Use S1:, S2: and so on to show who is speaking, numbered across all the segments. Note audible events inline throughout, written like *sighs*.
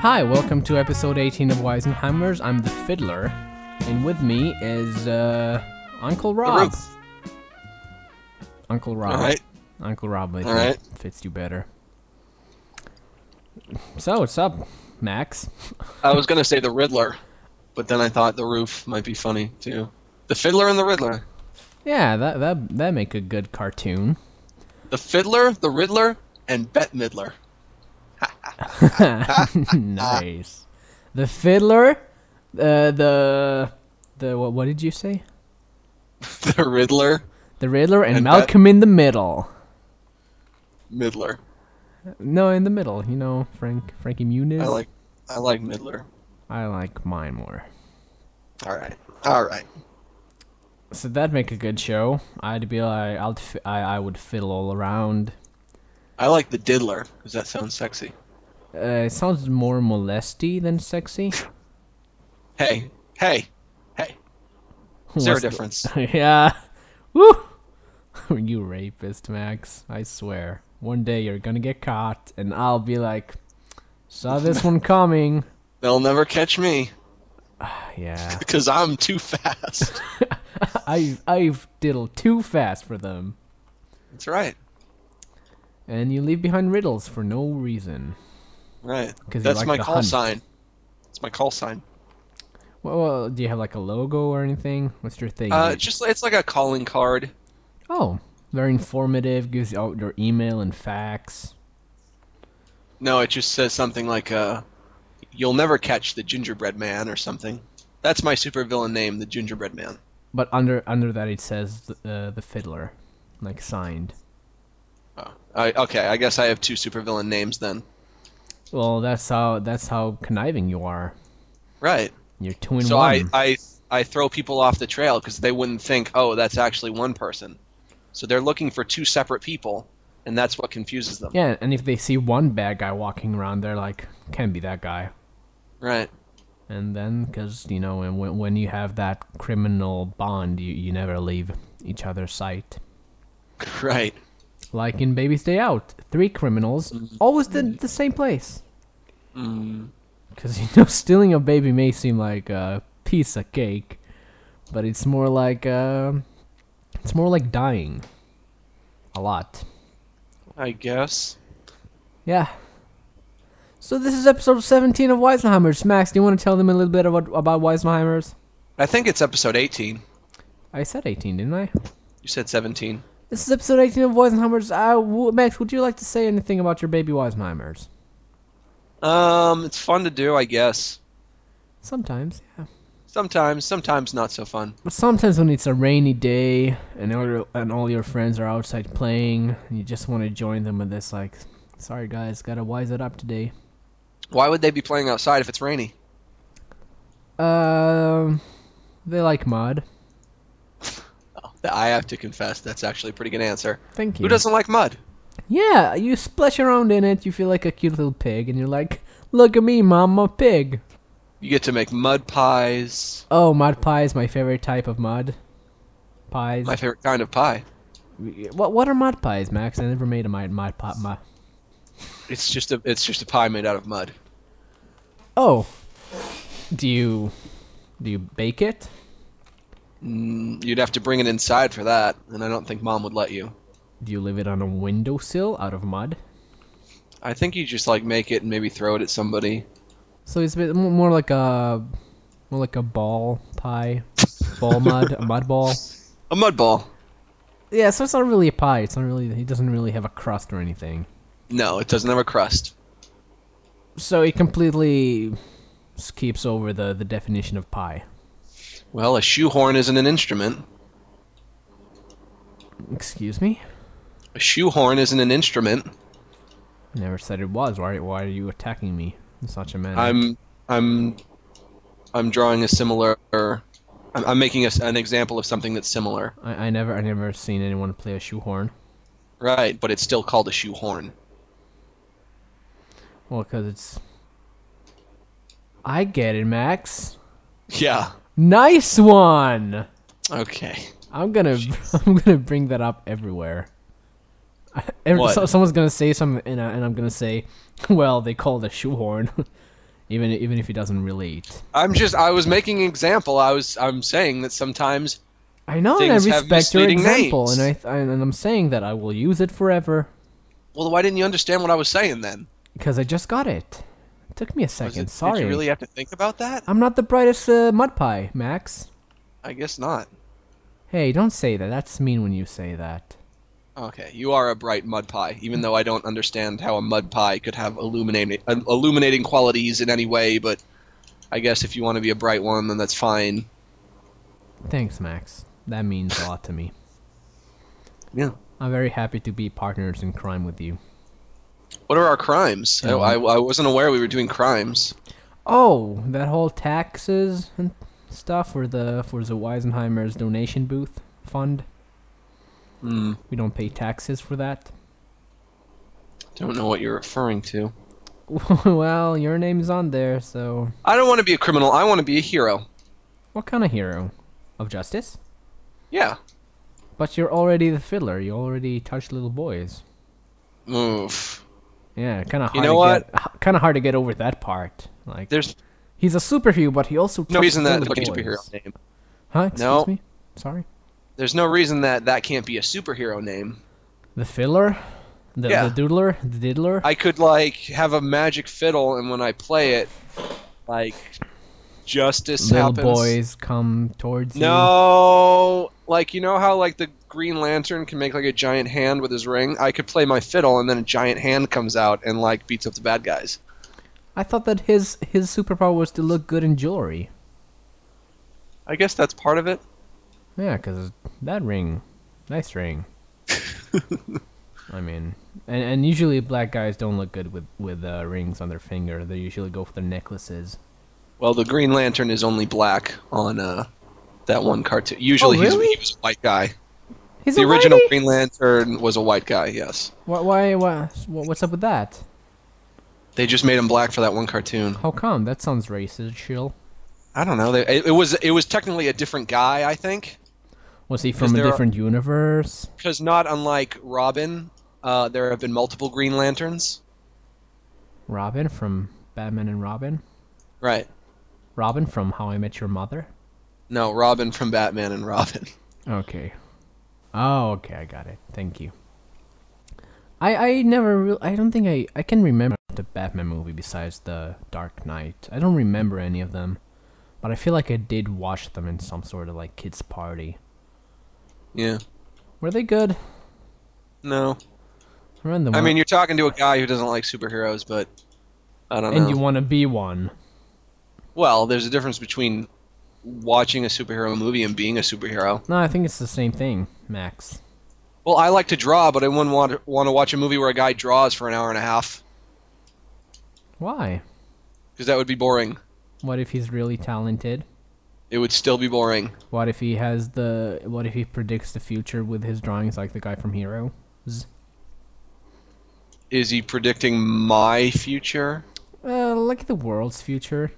S1: Hi, welcome to episode 18 of Weisenheimers. I'm the fiddler, and with me is uh, Uncle Rob.
S2: Ruth.
S1: Uncle Rob.
S2: All right.
S1: Uncle Rob I
S2: All
S1: think,
S2: right.
S1: fits you better. So, what's up, Max?
S2: I was gonna say the Riddler, but then I thought the roof might be funny too. The Fiddler and the Riddler.
S1: Yeah, that that that make a good cartoon. *laughs*
S2: The Fiddler, the Riddler, and Bette Midler. *laughs*
S1: nice. The fiddler, uh, the the what, what did you say?
S2: The Riddler,
S1: The Riddler and,
S2: And that-
S1: Malcolm in the middle.
S2: Midler.
S1: No, in the middle. You know, Frank Frankie Muniz.
S2: I like, I like Midler.
S1: I like mine more.
S2: All right, all right.
S1: So that'd make a good show. I'd be like, I'd fi- I I would fiddle all around.
S2: I like the Diddler because that sounds sexy.
S1: Uh, it sounds more molesty than sexy. *laughs*
S2: Hey, hey, hey. Is there a
S1: What's the-
S2: difference?
S1: yeah. Woo! *laughs* you rapist, Max. I swear. One day you're gonna get caught, and I'll be like, saw this one coming. *laughs*
S2: They'll never catch me
S1: Yeah.
S2: because I'm too fast. *laughs*
S1: I've, I've diddled too fast for them.
S2: That's right.
S1: And you leave behind riddles for no reason.
S2: Right.
S1: 'Cause you
S2: That's
S1: like
S2: my
S1: the
S2: call
S1: hunt.
S2: sign. That's my call sign.
S1: Well, well, do you have like a logo or anything? What's your thing?
S2: Uh, just it's like a calling card.
S1: oh, very informative. Gives you out your email and fax.
S2: No, it just says something like, uh, "You'll never catch the Gingerbread Man" or something. That's my supervillain name, the Gingerbread Man.
S1: But under under that it says th- uh, the fiddler, like signed.
S2: Oh, I, okay, I guess I have two supervillain names then.
S1: Well, that's how that's how conniving you are.
S2: Right.
S1: You're two in
S2: so I,
S1: one.
S2: I I throw people off the trail because they wouldn't think, "Oh, that's actually one person." So they're looking for two separate people, and that's what confuses them.
S1: yeah, and if they see one bad guy walking around, they're like, "Can't be that guy."
S2: Right. *laughs*
S1: And then, because you know, and when when you have that criminal bond, you you never leave each other's sight.
S2: Right.
S1: Like in Baby's Day Out, three criminals
S2: Mm-hmm.
S1: always the the same place.
S2: Mm,
S1: Because *laughs* you know, stealing a baby may seem like a piece of cake, but it's more like uh, it's more like dying. A lot.
S2: I guess.
S1: Yeah. So this is episode 17 of Weisenheimers. Max, do you want to tell them a little bit about, about Weisenheimers?
S2: I think it's episode 18.
S1: I said 18, didn't I?
S2: You said 17.
S1: This is episode 18 of Weisenheimers. I w- Max, would you like to say anything about your baby Weisenheimers?
S2: Um, it's fun to do, I guess.
S1: Sometimes, yeah.
S2: Sometimes, sometimes not so fun.
S1: But sometimes when it's a rainy day and all your, and all your friends are outside playing, and you just want to join them with this, like, sorry guys, gotta wise it up today.
S2: Why would they be playing outside if it's rainy?
S1: Um, they like mud.
S2: Oh, I have to confess, that's actually a pretty good answer.
S1: Thank you.
S2: Who doesn't like mud?
S1: Yeah, you splash around in it, you feel like a cute little pig, and you're like, look at me, mom, I'm a pig.
S2: You get to make mud pies.
S1: Oh, mud pie is my favorite type of mud. Pies.
S2: My favorite kind of pie.
S1: What what are mud pies, Max? I never made a mud mud pie. Mud.
S2: It's just a it's just a pie made out of mud.
S1: Oh, do you do you bake it?
S2: Mm, You'd have to bring it inside for that, and I don't think mom would let you.
S1: Do you leave it on a windowsill out of mud?
S2: I think you just like make it and maybe throw it at somebody.
S1: So it's a bit mo- more like a more like a ball pie, ball mud, a mud ball.
S2: A mud ball.
S1: Yeah, so it's not really a pie. It's not really. It doesn't really have a crust or anything.
S2: No, it doesn't have a crust.
S1: So it completely skips over the, the definition of pie.
S2: Well, a shoehorn isn't an instrument.
S1: Excuse me?
S2: A shoehorn isn't an instrument.
S1: I never said it was. Why, why are you attacking me in such a manner?
S2: I'm I'm I'm drawing a similar. I'm, I'm making a s an example of something that's similar,
S1: I, I never I never seen anyone play a shoehorn.
S2: right? But it's still called a shoehorn.
S1: Well, because it's. I get it, Max.
S2: Yeah.
S1: Nice one.
S2: Okay.
S1: I'm gonna *laughs* I'm gonna bring that up everywhere. Every,
S2: What?
S1: uh, *laughs* so, someone's gonna say something, and, I, and I'm gonna say, "Well, they call it a shoehorn," *laughs* even even if he doesn't relate.
S2: I'm just I was making an example. I was I'm saying that sometimes
S1: I know, and I
S2: Things have
S1: respect your
S2: misleading
S1: example,
S2: names.
S1: and I th- and I'm saying that I will use it forever
S2: well why didn't you understand what I was saying then?
S1: because I just got it. It took me a
S2: Was
S1: second.
S2: it-
S1: Sorry,
S2: Did you really have to think about that?
S1: I'm not the brightest uh, mud pie, Max.
S2: I guess not.
S1: Hey, don't say that. That's mean when you say that.
S2: Okay, you are a bright mud pie, even though I don't understand how a mud pie could have illuminating uh, illuminating qualities in any way. But I guess if you want to be a bright one, then that's fine.
S1: Thanks, Max. That means a lot to me.
S2: Yeah.
S1: I'm very happy to be partners in crime with you.
S2: What are our crimes? I, I,
S1: Mm-hmm.
S2: I wasn't aware we were doing crimes.
S1: Oh, that whole taxes and stuff for the for the Weisenheimer's donation booth fund.
S2: Hmm.
S1: We don't pay taxes for that. *laughs*
S2: Don't know what you're referring to.
S1: well, your name's on there, so
S2: I don't want to be a criminal. I want to be a hero.
S1: what kind of hero? Of justice?
S2: Yeah.
S1: But you're already the fiddler. You already touched little boys.
S2: Oof.
S1: Yeah, kind of hard.
S2: You know
S1: to Get, kind of hard to get over that part. Like
S2: There's
S1: he's a superhero, but he also
S2: no
S1: touched
S2: reason that
S1: little
S2: like a
S1: boys.
S2: superhero name.
S1: Huh? Excuse
S2: No.
S1: me. Sorry.
S2: There's no reason that that can't be a superhero name.
S1: The fiddler, the,
S2: Yeah.
S1: the doodler, the diddler.
S2: I could like have a magic fiddle, and when I play it, like justice
S1: little
S2: happens.
S1: boys come towards you.
S2: No, like you know how like the Green Lantern can make like a giant hand with his ring. I could play my fiddle, and then a giant hand comes out and like beats up the bad guys.
S1: I thought that his his superpower was to look good in jewelry.
S2: I guess that's part of it.
S1: Yeah, 'cause that ring, nice
S2: *laughs*
S1: ring. I mean, and and usually black guys don't look good with with uh, rings on their finger. They usually go for the necklaces.
S2: Well, the Green Lantern is only black on uh, that one cartoon. Usually, he's-
S1: Oh, really?
S2: he was a white guy.
S1: He's
S2: the
S1: a
S2: original
S1: whitey?
S2: Green Lantern was a white guy. Yes,
S1: Why, why, why, wha- what's up with that?
S2: they just made him black for that one cartoon.
S1: How come? That sounds racist, Shill.
S2: I don't know. They, it, it was it was technically a different guy, I think,
S1: Was he from
S2: Because
S1: a
S2: there are-
S1: different universe?
S2: because not unlike Robin, uh, there have been multiple Green Lanterns.
S1: Robin from Batman and Robin?
S2: Right.
S1: Robin from How I Met Your Mother?
S2: No, Robin from Batman and Robin. *laughs*
S1: Okay. Oh, okay, I got it. Thank you. I I never real I don't think I I can remember the Batman movie besides the Dark Knight. I don't remember any of them, but I feel like I did watch them in some sort of like kids party.
S2: Yeah.
S1: Were they good?
S2: No.
S1: I remember the
S2: I
S1: one-
S2: mean, you're talking to a guy who doesn't like superheroes, but I don't
S1: and
S2: know.
S1: you want to be one.
S2: well, there's a difference between watching a superhero movie and being a superhero.
S1: No, I think it's the same thing, Max.
S2: Well, I like to draw, but I wouldn't want to, want to watch a movie where a guy draws for an hour and a half
S1: Why?
S2: because that would be boring.
S1: What if he's really talented?
S2: It would still be boring.
S1: What if he has the what if he predicts the future with his drawings like the guy from Hero?
S2: Is he predicting my future?
S1: Uh, like the world's future.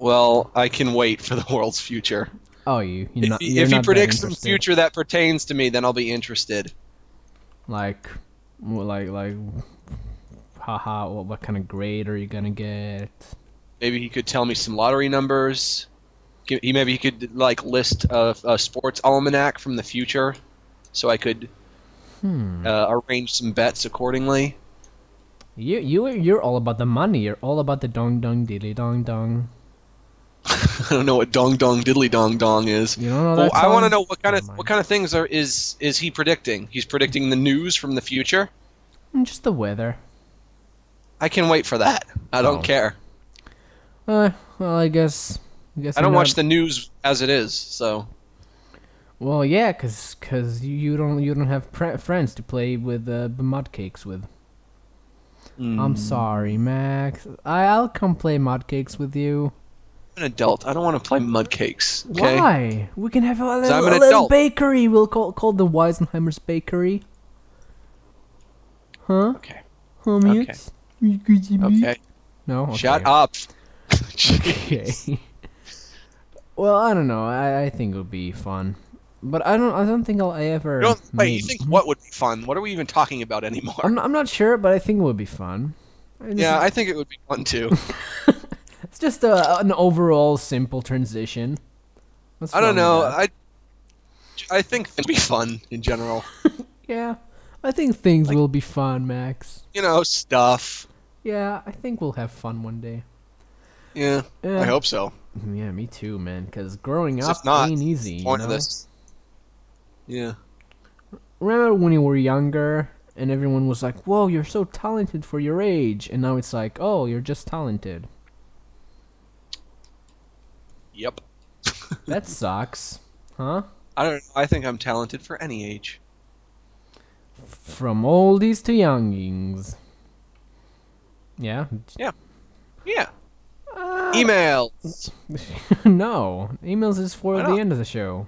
S2: Well, I can wait for the *laughs* world's future.
S1: Oh, you. You're
S2: If
S1: not,
S2: he,
S1: you're
S2: if he
S1: not that
S2: predicts some
S1: interested.
S2: future that pertains to me, then I'll be interested.
S1: like, w- like, like, haha. What, what kind of grade are you gonna get?
S2: Maybe he could tell me some lottery numbers. Gi- He maybe he could like list a, a sports almanac from the future, so I could
S1: Hmm.
S2: uh, arrange some bets accordingly. *laughs*
S1: You, you, you're all about the money. You're all about the dong dong dilly dong dong.
S2: I don't know what dong dong diddly dong dong is.
S1: You don't know
S2: Well,
S1: that
S2: I want
S1: song?
S2: to know what kind of
S1: Never mind.
S2: what kind of things are is is he predicting? He's predicting the news from the future.
S1: Mm, Just the weather.
S2: I can wait for that. I don't
S1: Oh.
S2: care.
S1: Uh, well, I guess. I, guess
S2: I don't
S1: you're
S2: watch
S1: not-
S2: the news as it is, so
S1: Well, yeah, cause, 'cause you- you don't, you don't have pre- friends to play with uh, b- mud cakes with.
S2: Hmm.
S1: I'm sorry, Max. I, I'll come play mud cakes with you.
S2: I'm an adult. I don't want to play mudcakes. Okay.
S1: Why? We can have a little,
S2: I'm an
S1: a little
S2: adult.
S1: bakery. We'll call called the Weisenheimer's Bakery. Huh?
S2: Okay.
S1: Homies?
S2: Okay.
S1: No. Hmm? Okay.
S2: Shut up.
S1: *laughs* Okay. well, I don't know. I, I think it would be fun, but I don't. I don't think I'll I ever.
S2: You don't, wait,
S1: made-
S2: you think what would be fun? What are we even talking about anymore?
S1: I'm, I'm not sure, but I think it would be fun. I just- *laughs*
S2: yeah, I think it would be fun too.
S1: It's just a, an overall simple transition. What's
S2: I
S1: wrong
S2: don't know.
S1: with that?
S2: I I think it'd be fun in general.
S1: yeah, I think things will be fun, Max.
S2: you know, stuff.
S1: Yeah, I think we'll have fun one day.
S2: Yeah,
S1: Yeah.
S2: I hope so.
S1: Yeah, me too, man. Because growing
S2: 'Cause
S1: up
S2: if not,
S1: ain't easy. you
S2: Point of
S1: know?
S2: this. Yeah.
S1: Remember when you were younger and everyone was like, "Whoa, you're so talented for your age," and now it's like, "Oh, you're just talented."
S2: Yep. *laughs*
S1: That sucks, huh?
S2: I don't. I think I'm talented for any age.
S1: From oldies to youngings. Yeah. *laughs*
S2: Yeah. Yeah. Uh, Emails.
S1: no, emails is for
S2: Why
S1: the
S2: not?
S1: end of the show.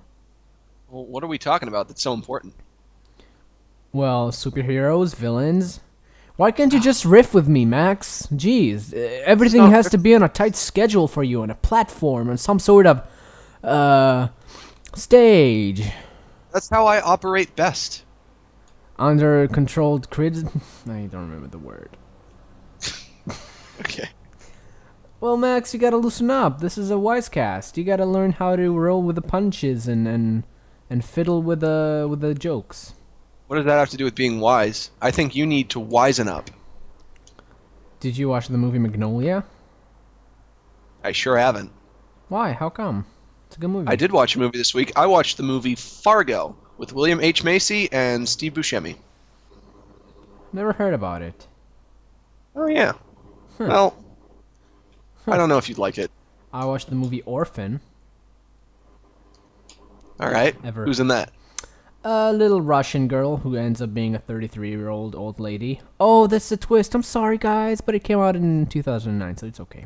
S2: Well, what are we talking about? That's so important.
S1: Well, superheroes, villains. Why can't you just riff with me, Max? Jeez, eh, everything
S2: not
S1: has to be on a tight schedule for you, on a platform, on some sort of uh stage,
S2: That's how I operate best.
S1: under controlled crid. *laughs* I don't remember the word.
S2: Okay.
S1: Well, Max, you gotta loosen up. This is a wisecast. You gotta learn how to roll with the punches and and, and fiddle with the with the jokes.
S2: What does that have to do with being wise? I think you need to wisen up.
S1: Did you watch the movie Magnolia?
S2: I sure haven't.
S1: Why? How come? It's a good movie.
S2: I did watch a movie this week. I watched the movie Fargo with William H. Macy and Steve Buscemi.
S1: Never heard about it.
S2: Oh yeah. Well, I don't know if you'd like it.
S1: I watched the movie Orphan.
S2: All right.
S1: Ever.
S2: Who's in that? *laughs*
S1: A little Russian girl who ends up being a 33 year old old lady. Oh, that's a twist. I'm sorry, guys, but it came out in 2009, so it's okay.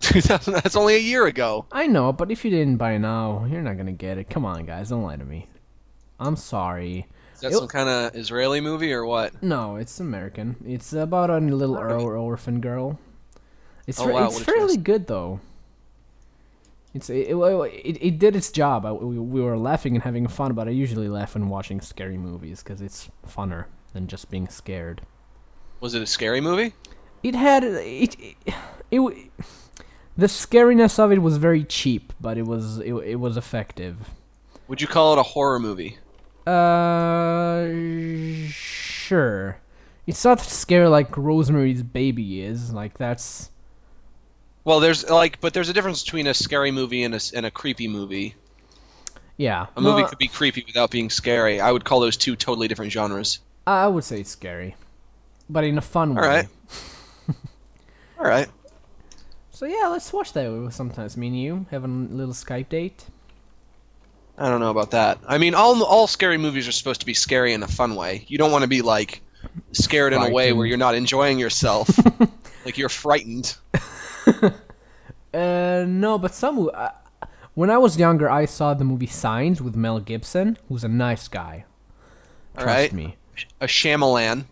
S2: 2000. That's only a year ago.
S1: I know, but if you didn't by now, you're not gonna get it. Come on, guys, don't lie to me. I'm sorry.
S2: Is that
S1: It-
S2: some kind of Israeli movie or what?
S1: No, it's American. It's about a little or- orphan girl. It's,
S2: Oh,
S1: fa-
S2: wow,
S1: it's
S2: what a
S1: fairly
S2: twist.
S1: good though. It's it, it, it, it did its job. I, we, we were laughing and having fun, but I usually laugh when watching scary movies because it's funner than just being scared.
S2: Was it a scary movie?
S1: It had it it, it w- the scariness of it was very cheap, but it was it, it was effective.
S2: Would you call it a horror movie?
S1: Uh, sure. It's not scary like Rosemary's Baby is. Like that's
S2: Well, there's like, but there's a difference between a scary movie and a s- and a creepy movie.
S1: yeah.
S2: A movie
S1: No,
S2: could be creepy without being scary. I would call those two totally different genres.
S1: I I would say it's scary, but in a fun
S2: All
S1: way. *laughs*
S2: right. All right.
S1: So yeah, let's watch that sometimes. Me and you have a little Skype date.
S2: I don't know about that. I mean, all all scary movies are supposed to be scary in a fun way. You don't want to be like scared in a way where
S1: Frightened.
S2: you're not enjoying
S1: *laughs*
S2: yourself, like you're frightened.
S1: Uh, no, but some. Uh, when I was younger, I saw the movie Signs with Mel Gibson, who's a nice guy.
S2: All
S1: Trust
S2: right.
S1: me.
S2: A Shyamalan.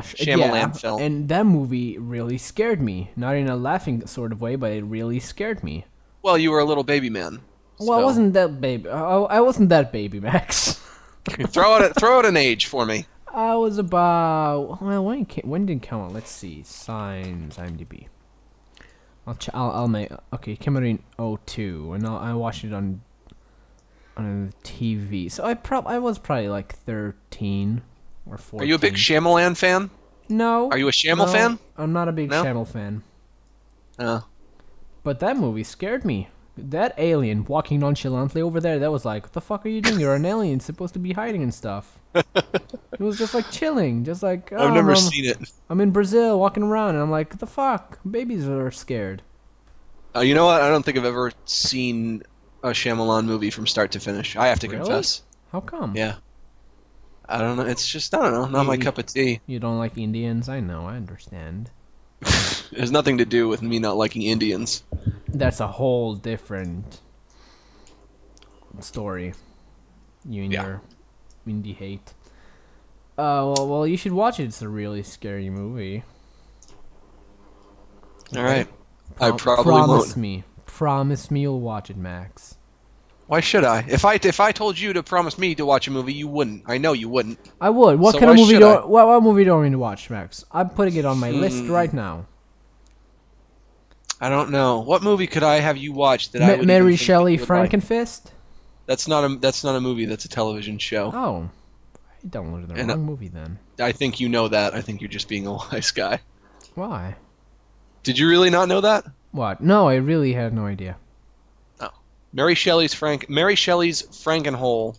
S2: Shyamalan film.
S1: And that movie really scared me. Not in a laughing sort of way, but it really scared me.
S2: Well, you were a little baby man.
S1: Well, I
S2: So-
S1: wasn't that baby. I, I wasn't that baby, *laughs* Max.
S2: *laughs* throw out a, throw out an age for me.
S1: I was about. Well, when ca when did it come out? Let's see. Signs. IMDb. I'll ch- I'll, I'll make. Okay, it came out in 02, and I'll, I watched it on on TV. So I prob I was probably like 13 or 14.
S2: Are you a big Shyamalan fan?
S1: No.
S2: Are you a Shyamalan
S1: no,
S2: fan?
S1: I'm not a big
S2: No?
S1: Channel fan.
S2: Uh,
S1: But that movie scared me. That alien walking nonchalantly over there, that was like, what the fuck are you doing? You're an alien, supposed to be hiding and
S2: *laughs*
S1: stuff. it was just like chilling, just like oh,
S2: I've never
S1: I'm,
S2: seen it.
S1: I'm in Brazil walking around, and I'm like, what the fuck? Babies are scared.
S2: Uh, you know what? I don't think I've ever seen a Shyamalan movie from start to finish. I have to
S1: Really?
S2: confess.
S1: How come?
S2: Yeah. I don't know. It's just I don't know. Not my
S1: Mm.
S2: cup of tea.
S1: You don't like Indians? I know, I understand.
S2: It has nothing to do with me not liking Indians.
S1: That's a whole different story. You and
S2: Yeah.
S1: your indie hate. Uh, well, well, you should watch it. It's a really scary movie.
S2: All right. I
S1: Pro-
S2: probably
S1: promise
S2: won't.
S1: me. Promise me you'll watch it, Max.
S2: Why should I? If I if I told you to promise me to watch a movie, you wouldn't. I know you wouldn't.
S1: I would. What
S2: So
S1: kind of
S2: why
S1: movie
S2: should
S1: do
S2: I? Hmm.
S1: what, what movie do I want me to watch, Max? I'm putting it on my list right now.
S2: I don't know what movie could I have you watch that I
S1: Ma-
S2: would even
S1: Mary
S2: think
S1: Shelley
S2: you would like?
S1: Frankenfist?
S2: That's not a that's not a movie. That's a television show.
S1: Oh. I downloaded the
S2: And, uh,
S1: wrong movie then.
S2: I think you know that. I think you're just being a *laughs* wise guy.
S1: Why?
S2: Did you really not know that?
S1: What? No, I really had no idea.
S2: Mary Shelley's Frank Mary Shelley's Frankenhole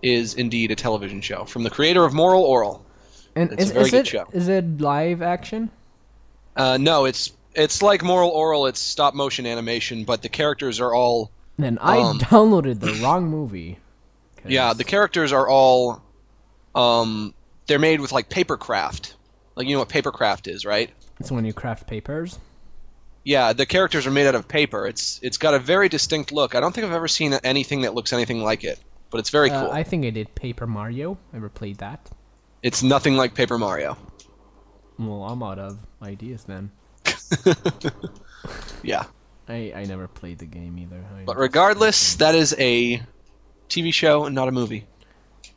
S2: is indeed a television show from the creator of Moral Oral.
S1: And
S2: It's
S1: is,
S2: a very
S1: is
S2: good
S1: it
S2: show.
S1: is it live action?
S2: Uh, no, it's it's like Moral Oral. It's stop motion animation, but the characters are all
S1: Then I
S2: Um,
S1: downloaded the wrong movie. 'Cause-
S2: yeah the characters are all um they're made with like paper craft. Like you know what paper craft is, right?
S1: it's when you craft papers.
S2: Yeah, the characters are made out of paper. It's it's got a very distinct look. I don't think I've ever seen anything that looks anything like it, but it's very
S1: Uh,
S2: cool.
S1: I think I did Paper Mario. Ever played that?
S2: It's nothing like Paper Mario.
S1: Well, I'm out of ideas then.
S2: Yeah.
S1: I, I never played the game either. I-
S2: But regardless, that is a TV show and not a movie.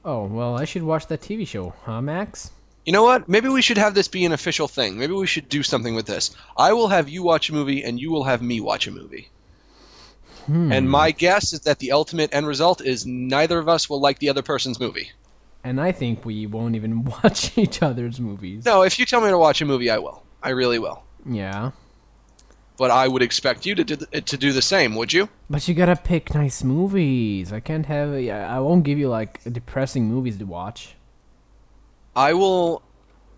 S1: oh well, I should watch that TV show, huh, Max?
S2: You know what? Maybe we should have this be an official thing. Maybe we should do something with this. I will have you watch a movie and you will have me watch a movie. And my guess is that the ultimate end result is neither of us will like the other person's movie.
S1: And I think we won't even *laughs* watch each other's movies.
S2: No, if you tell me to watch a movie, I will. I really will.
S1: Yeah,
S2: But I would expect you to do, th- to do the same, would you?
S1: but you gotta pick nice movies. I can't have. A, I I won't give you like depressing movies to watch.
S2: I will.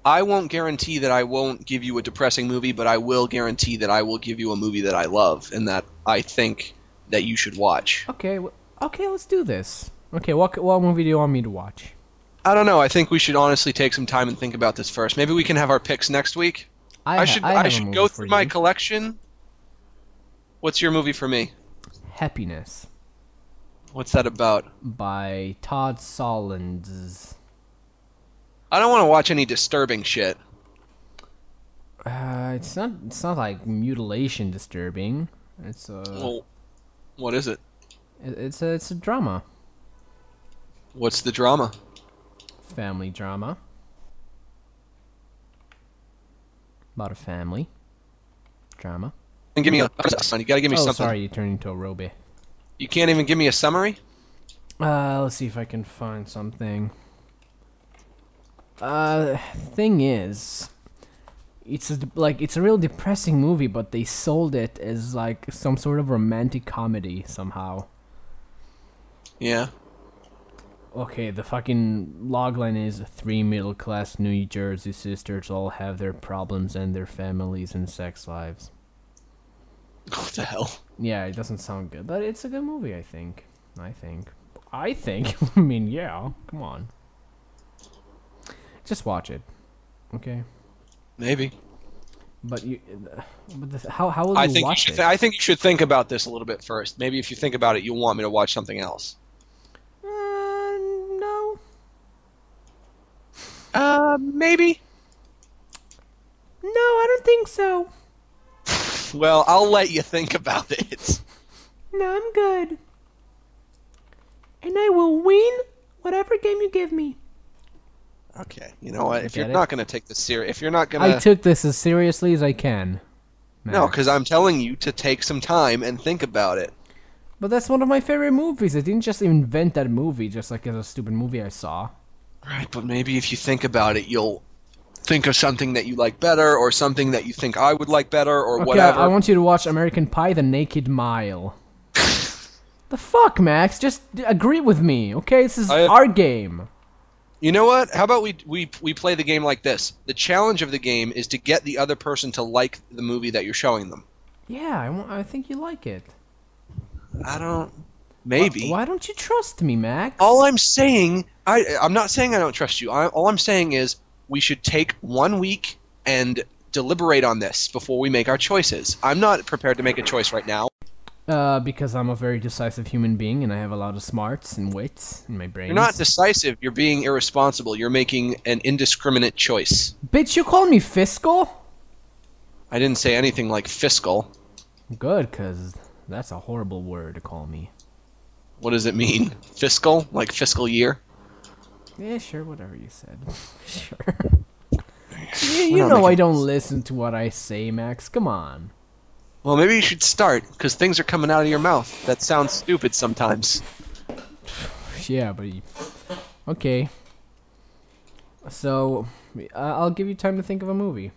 S2: I won't guarantee that I won't give you a depressing movie, but I will guarantee that I will give you a movie that I love and that I think that you should watch.
S1: Okay, w- okay, let's do this. Okay, what what movie do you want me to watch?
S2: I don't know. I think we should honestly take some time and think about this first. Maybe we can have our picks next week. I,
S1: ha-
S2: should.
S1: have
S2: I,
S1: a
S2: should
S1: movie
S2: go
S1: for
S2: through my
S1: you.
S2: collection. What's your movie for me?
S1: Happiness
S2: What's that about?
S1: by Todd Solondz.
S2: I don't want to watch any disturbing shit.
S1: Uh, it's not. It's not like mutilation disturbing. It's a.
S2: Well, what is it?
S1: it- It's a. It's a drama.
S2: What's the drama?
S1: Family drama. About a family. Drama.
S2: And give me a. You gotta give
S1: oh,
S2: me something.
S1: sorry, you turned into a robot.
S2: You can't even give me a summary.
S1: Uh, let's see if I can find something. Uh, thing is, it's a, like it's a real depressing movie, but they sold it as like some sort of romantic comedy somehow.
S2: Yeah. *laughs*
S1: Okay, the fucking logline is three middle class New Jersey sisters all have their problems and their families and sex lives.
S2: What the hell?
S1: Yeah, it doesn't sound good, but it's a good movie, I think. I think. I think. *laughs* I mean, yeah, come on. Just watch it. Okay?
S2: Maybe.
S1: But you *sighs* but the, how how will you
S2: I think you
S1: watch
S2: should.
S1: it?
S2: Th- I think you should think about this a little bit first. Maybe if you think about it, you'll want me to watch something else.
S1: uh, no.
S2: Uh, maybe.
S1: No, I don't think so.
S2: Well, I'll let you think *laughs* about it.
S1: No, I'm good. And I will win whatever game you give me.
S2: Okay. You know what? If
S1: Get
S2: you're
S1: it?
S2: not going to take this serious, if you're not going
S1: I
S2: to
S1: took this as seriously as I can.
S2: Uh, no,
S1: Max.
S2: because I'm telling you to take some time and think about it.
S1: But that's one of my favorite movies. I didn't just invent that movie just like as a stupid movie I saw.
S2: Right, but maybe if you think about it, you'll think of something that you like better, or something that you think I would like better, or
S1: Okay,
S2: whatever.
S1: I I want you to watch American Pie: The Naked
S2: *laughs*
S1: Mile. the fuck, Max? Just d- agree with me, okay? This is
S2: I-
S1: our game.
S2: You know what? How about we, we we play the game like this? The challenge of the game is to get the other person to like the movie that you're showing them.
S1: Yeah, I, want, I think you like it.
S2: I don't. Maybe.
S1: Why don't you trust me, Max?
S2: All I'm saying, I I'm not saying I don't trust you. I, all I'm saying is we should take one week and deliberate on this before we make our choices. I'm not prepared to make a choice right now.
S1: uh, because I'm a very decisive human being and I have a lot of smarts and wits in my brain.
S2: You're not decisive. You're being irresponsible. You're making an indiscriminate choice.
S1: Bitch, you call me fiscal?
S2: I didn't say anything like fiscal.
S1: Good, cause that's a horrible word to call me.
S2: What does it mean? Fiscal? Like fiscal year?
S1: Yeah, sure, whatever you said. *laughs* sure.
S2: *laughs*
S1: you you
S2: We're not
S1: know I
S2: making-
S1: don't listen to what I say, Max. Come on.
S2: Well, maybe you should start because things are coming out of your mouth. That sounds stupid sometimes.
S1: Yeah, but you- okay. So uh, I'll give you time to think of a movie,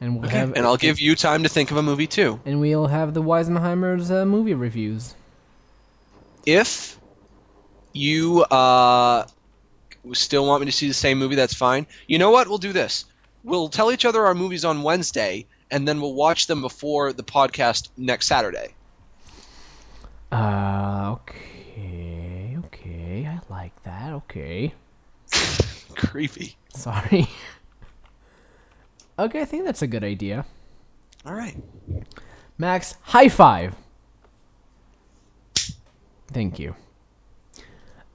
S1: and we'll have
S2: And I'll give you time to think of a movie too.
S1: and we'll have the Weisenheimer's uh, movie reviews.
S2: If you uh, still want me to see the same movie, that's fine. You know what? We'll do this. We'll tell each other our movies on Wednesday, and then we'll watch them before the podcast next Saturday. *laughs*
S1: Uh, okay, okay, I like that. Okay, *laughs*
S2: Creepy.
S1: sorry. okay, I think that's a good idea.
S2: All right.
S1: Max, high five. Thank you.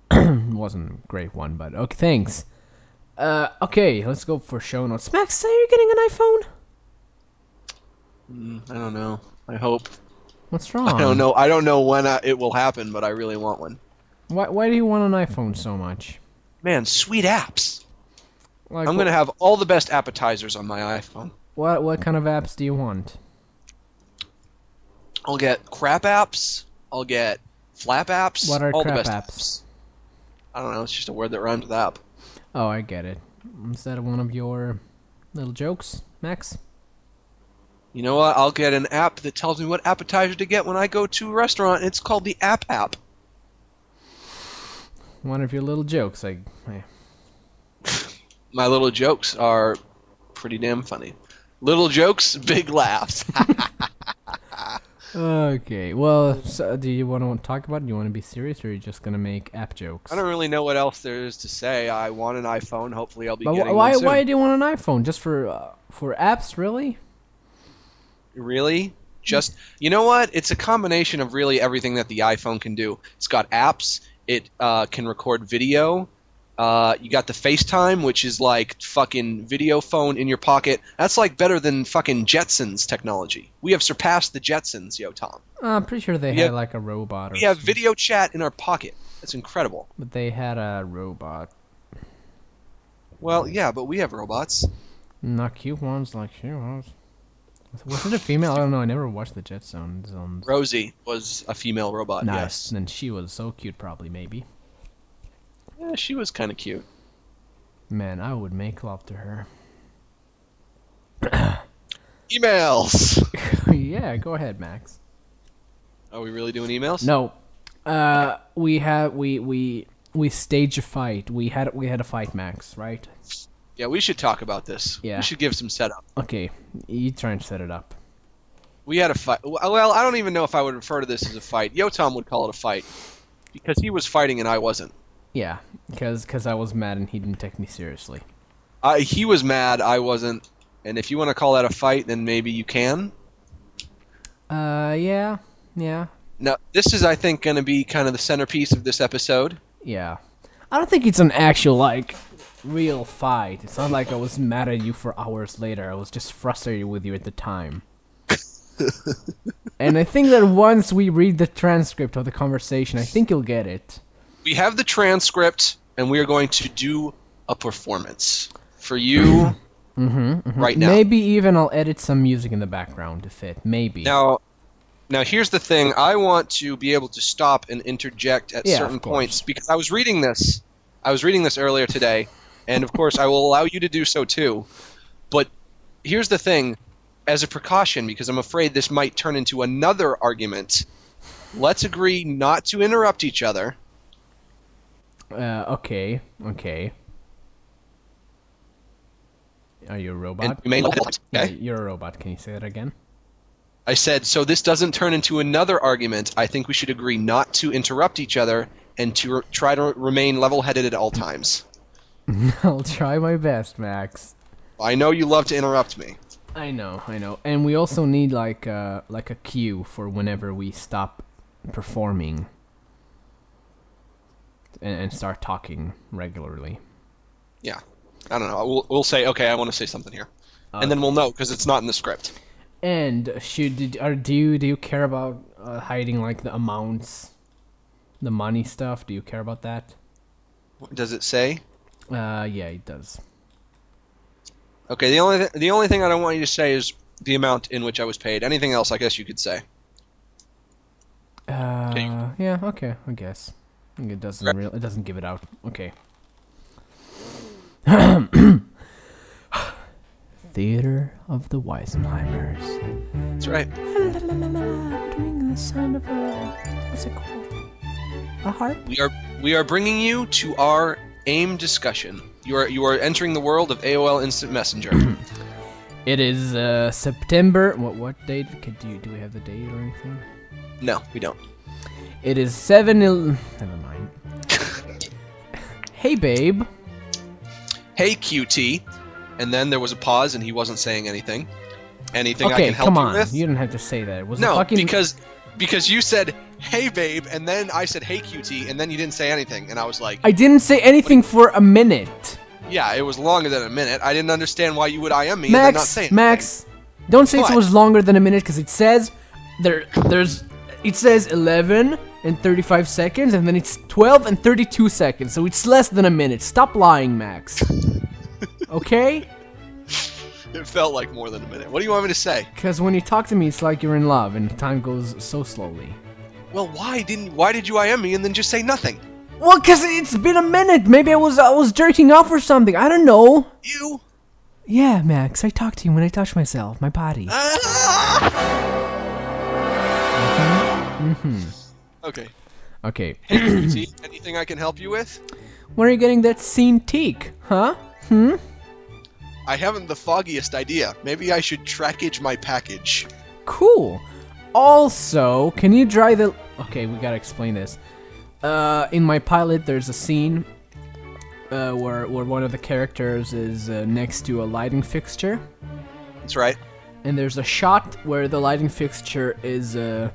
S1: *clears throat* Wasn't a great one, but okay, thanks. Uh, okay, let's go for show notes. Max, say you're getting an iPhone?
S2: Mm, I don't know. I hope.
S1: What's wrong?
S2: I don't know. I don't know when I, it will happen, but I really want one.
S1: Why, why do you want an iPhone so much?
S2: Man, sweet apps.
S1: Like,
S2: I'm gonna have all the best appetizers on my iPhone.
S1: What, what kind of apps do you want?
S2: I'll get crap apps. I'll get flap apps.
S1: What are
S2: all
S1: crap
S2: the best
S1: apps?
S2: I don't know. It's just a word that rhymes with app.
S1: Oh, I get it. Is that one of your little jokes, Max?
S2: You know what? I'll get an app that tells me what appetizer to get when I go to a restaurant. It's called the App app.
S1: One of your little jokes, I, I
S2: My little jokes are pretty damn funny. Little jokes, *laughs* big laughs.
S1: Okay. Well, so do you want to talk about? it? Do you want to be serious, or are you just gonna make app jokes?
S2: I don't really know what else there is to say. I want an iPhone. Hopefully, I'll be
S1: but wh-
S2: getting
S1: why?
S2: one soon.
S1: Why do you want an iPhone? Just for uh, for apps, really?
S2: Really? Just you know what? It's a combination of really everything that the iPhone can do. It's got apps. It uh, can record video. Uh, you got the FaceTime, which is like fucking video phone in your pocket. That's like better than fucking Jetsons technology. We have surpassed the Jetsons, yo Tom.
S1: Uh, I'm pretty sure they
S2: Yeah.
S1: had like a robot. Or
S2: We have
S1: something,
S2: video chat in our pocket. That's incredible.
S1: But they had a robot,
S2: Well, yeah, but we have robots.
S1: not cute ones like she was. Was it a female? I don't know. I never watched the Jetsons. Zones.
S2: Rosie was a female robot.
S1: Nice.
S2: Yes.
S1: And she was so cute, probably maybe.
S2: Yeah, she was kind of cute.
S1: Man, I would make love to her. *laughs*
S2: Emails.
S1: yeah, go ahead, Max.
S2: Are we really doing emails?
S1: No, uh, we have we we we stage a fight. We had we had a fight, Max. Right?
S2: Yeah, we should talk about this.
S1: Yeah.
S2: We should give some setup.
S1: Okay, you try and set it up.
S2: We had a fight. Well, I don't even know if I would refer to this as a fight. Yotam would call it a fight because he was fighting and I wasn't.
S1: Yeah, because I was mad and he didn't take me seriously.
S2: I, he was mad, I wasn't. And if you want to call that a fight, then maybe you can.
S1: Uh, yeah, yeah,
S2: Now, this is, I think, going to be kind of the centerpiece of this episode.
S1: yeah. I don't think it's an actual like real fight. It's not like I was mad at you for hours later. I was just frustrated with you at the *laughs* time. and I think that once we read the transcript of the conversation, I think you'll get it.
S2: We have the transcript, and we are going to do a performance for you right now.
S1: Maybe even I'll edit some music in the background to fit. Maybe.
S2: Now, now here's the thing. I want to be able to stop and interject at
S1: Yeah, of
S2: certain
S1: course.
S2: points because I was reading this. I was reading this earlier today, and of course I will allow you to do so too. But here's the thing, as a precaution, because I'm afraid this might turn into another argument. Let's agree not to interrupt each other.
S1: Uh, okay. Okay. Are you a
S2: And
S1: robot?
S2: you may
S1: Yeah,
S2: okay.
S1: You're a robot. Can you say that again? *laughs*
S2: I said so. This doesn't turn into another argument. I think we should agree not to interrupt each other and to re- try to remain level-headed at all times.
S1: I'll try my best, Max.
S2: I know you love to interrupt me.
S1: I know, I know. And we also need like a like a cue for whenever we stop performing and, and start talking regularly.
S2: Yeah. I don't know. We'll, we'll say, okay, I want to say something here. and then we'll know because it's not in the script.
S1: And should did, or do you do you care about uh, hiding like the amounts, the money stuff? Do you care about that?
S2: Does it say?
S1: Uh, yeah, it does.
S2: Okay, the only, th- the only thing I don't want you to say is the amount in which I was paid. Anything else, I guess you could say.
S1: Uh, yeah. Okay. I guess I think it doesn't. Real, it doesn't give it out.
S2: *coughs*
S1: Okay. Theater of the Weisenheimers.
S2: That's right.
S1: Doing the sound of a what's it called? A harp.
S2: We are we are bringing you to our AIM discussion. You are you are entering the world of AOL Instant *clears throat* Messenger.
S1: It is uh, September. What what date? Could, do you, do we have the date or anything?
S2: no, we don't.
S1: It is seven. El- Never
S2: *laughs*
S1: mind. hey babe.
S2: Hey, QT. And then there was a pause, and he wasn't saying anything. Anything I
S1: okay,
S2: can help
S1: come
S2: you
S1: on.
S2: with?
S1: You didn't have to say that. It was a
S2: no,
S1: fucking
S2: because because you said hey babe, and then I said hey QT, and then you didn't say anything, and I was like,
S1: I didn't say anything for a minute.
S2: yeah, it was longer than a minute. I didn't understand why you would IM me and then not
S1: Max,
S2: say anything.
S1: Max, don't say it
S2: What?
S1: was longer than a minute because it says there, there's, it says 11 and 35 seconds, and then it's 12 and 32 seconds, so it's less than a minute. Stop lying,
S2: *laughs*
S1: Max. okay?
S2: It felt like more than a minute. What do you want me to say?
S1: Because when you talk to me, it's like you're in love, and time goes so slowly.
S2: Well, why didn't why did you IM me and then just say nothing?
S1: Well, cause it's been a minute. Maybe I was I was jerking off or something. I don't know.
S2: You.
S1: Yeah, Max, I talk to you when I touch myself, my body.
S2: Uh Ah!
S1: Mm-hmm.
S2: ah! Okay.
S1: Okay.
S2: Hey, QT, *clears throat* anything I can help you with?
S1: Where are you getting that scene teak, huh?
S2: I haven't the foggiest idea. Maybe I should trackage my package.
S1: Cool. Also, can you dry the? Okay, we gotta explain this. Uh, in my pilot, there's a scene uh, where where one of the characters is uh, next to a lighting fixture,
S2: That's right.
S1: and there's a shot where the lighting fixture is uh,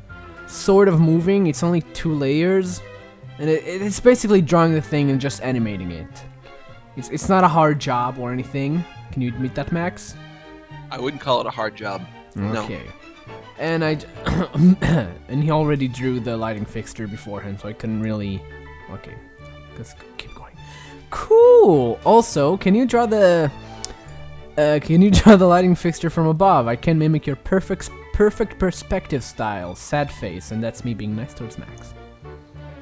S1: sort of moving. It's only two layers, and it, it's basically drawing the thing and just animating it. It's it's not a hard job or anything. Can you admit that, Max?
S2: I wouldn't call it a hard job.
S1: Okay. And I, j- *coughs* and he already drew the lighting fixture beforehand, so I couldn't really. Okay, let's k- keep going. Cool. Also, can you draw the? Uh, can you *laughs* draw the lighting fixture from above? I can mimic your perfect perfect perspective style, sad face, and that's me being nice towards Max.
S2: No.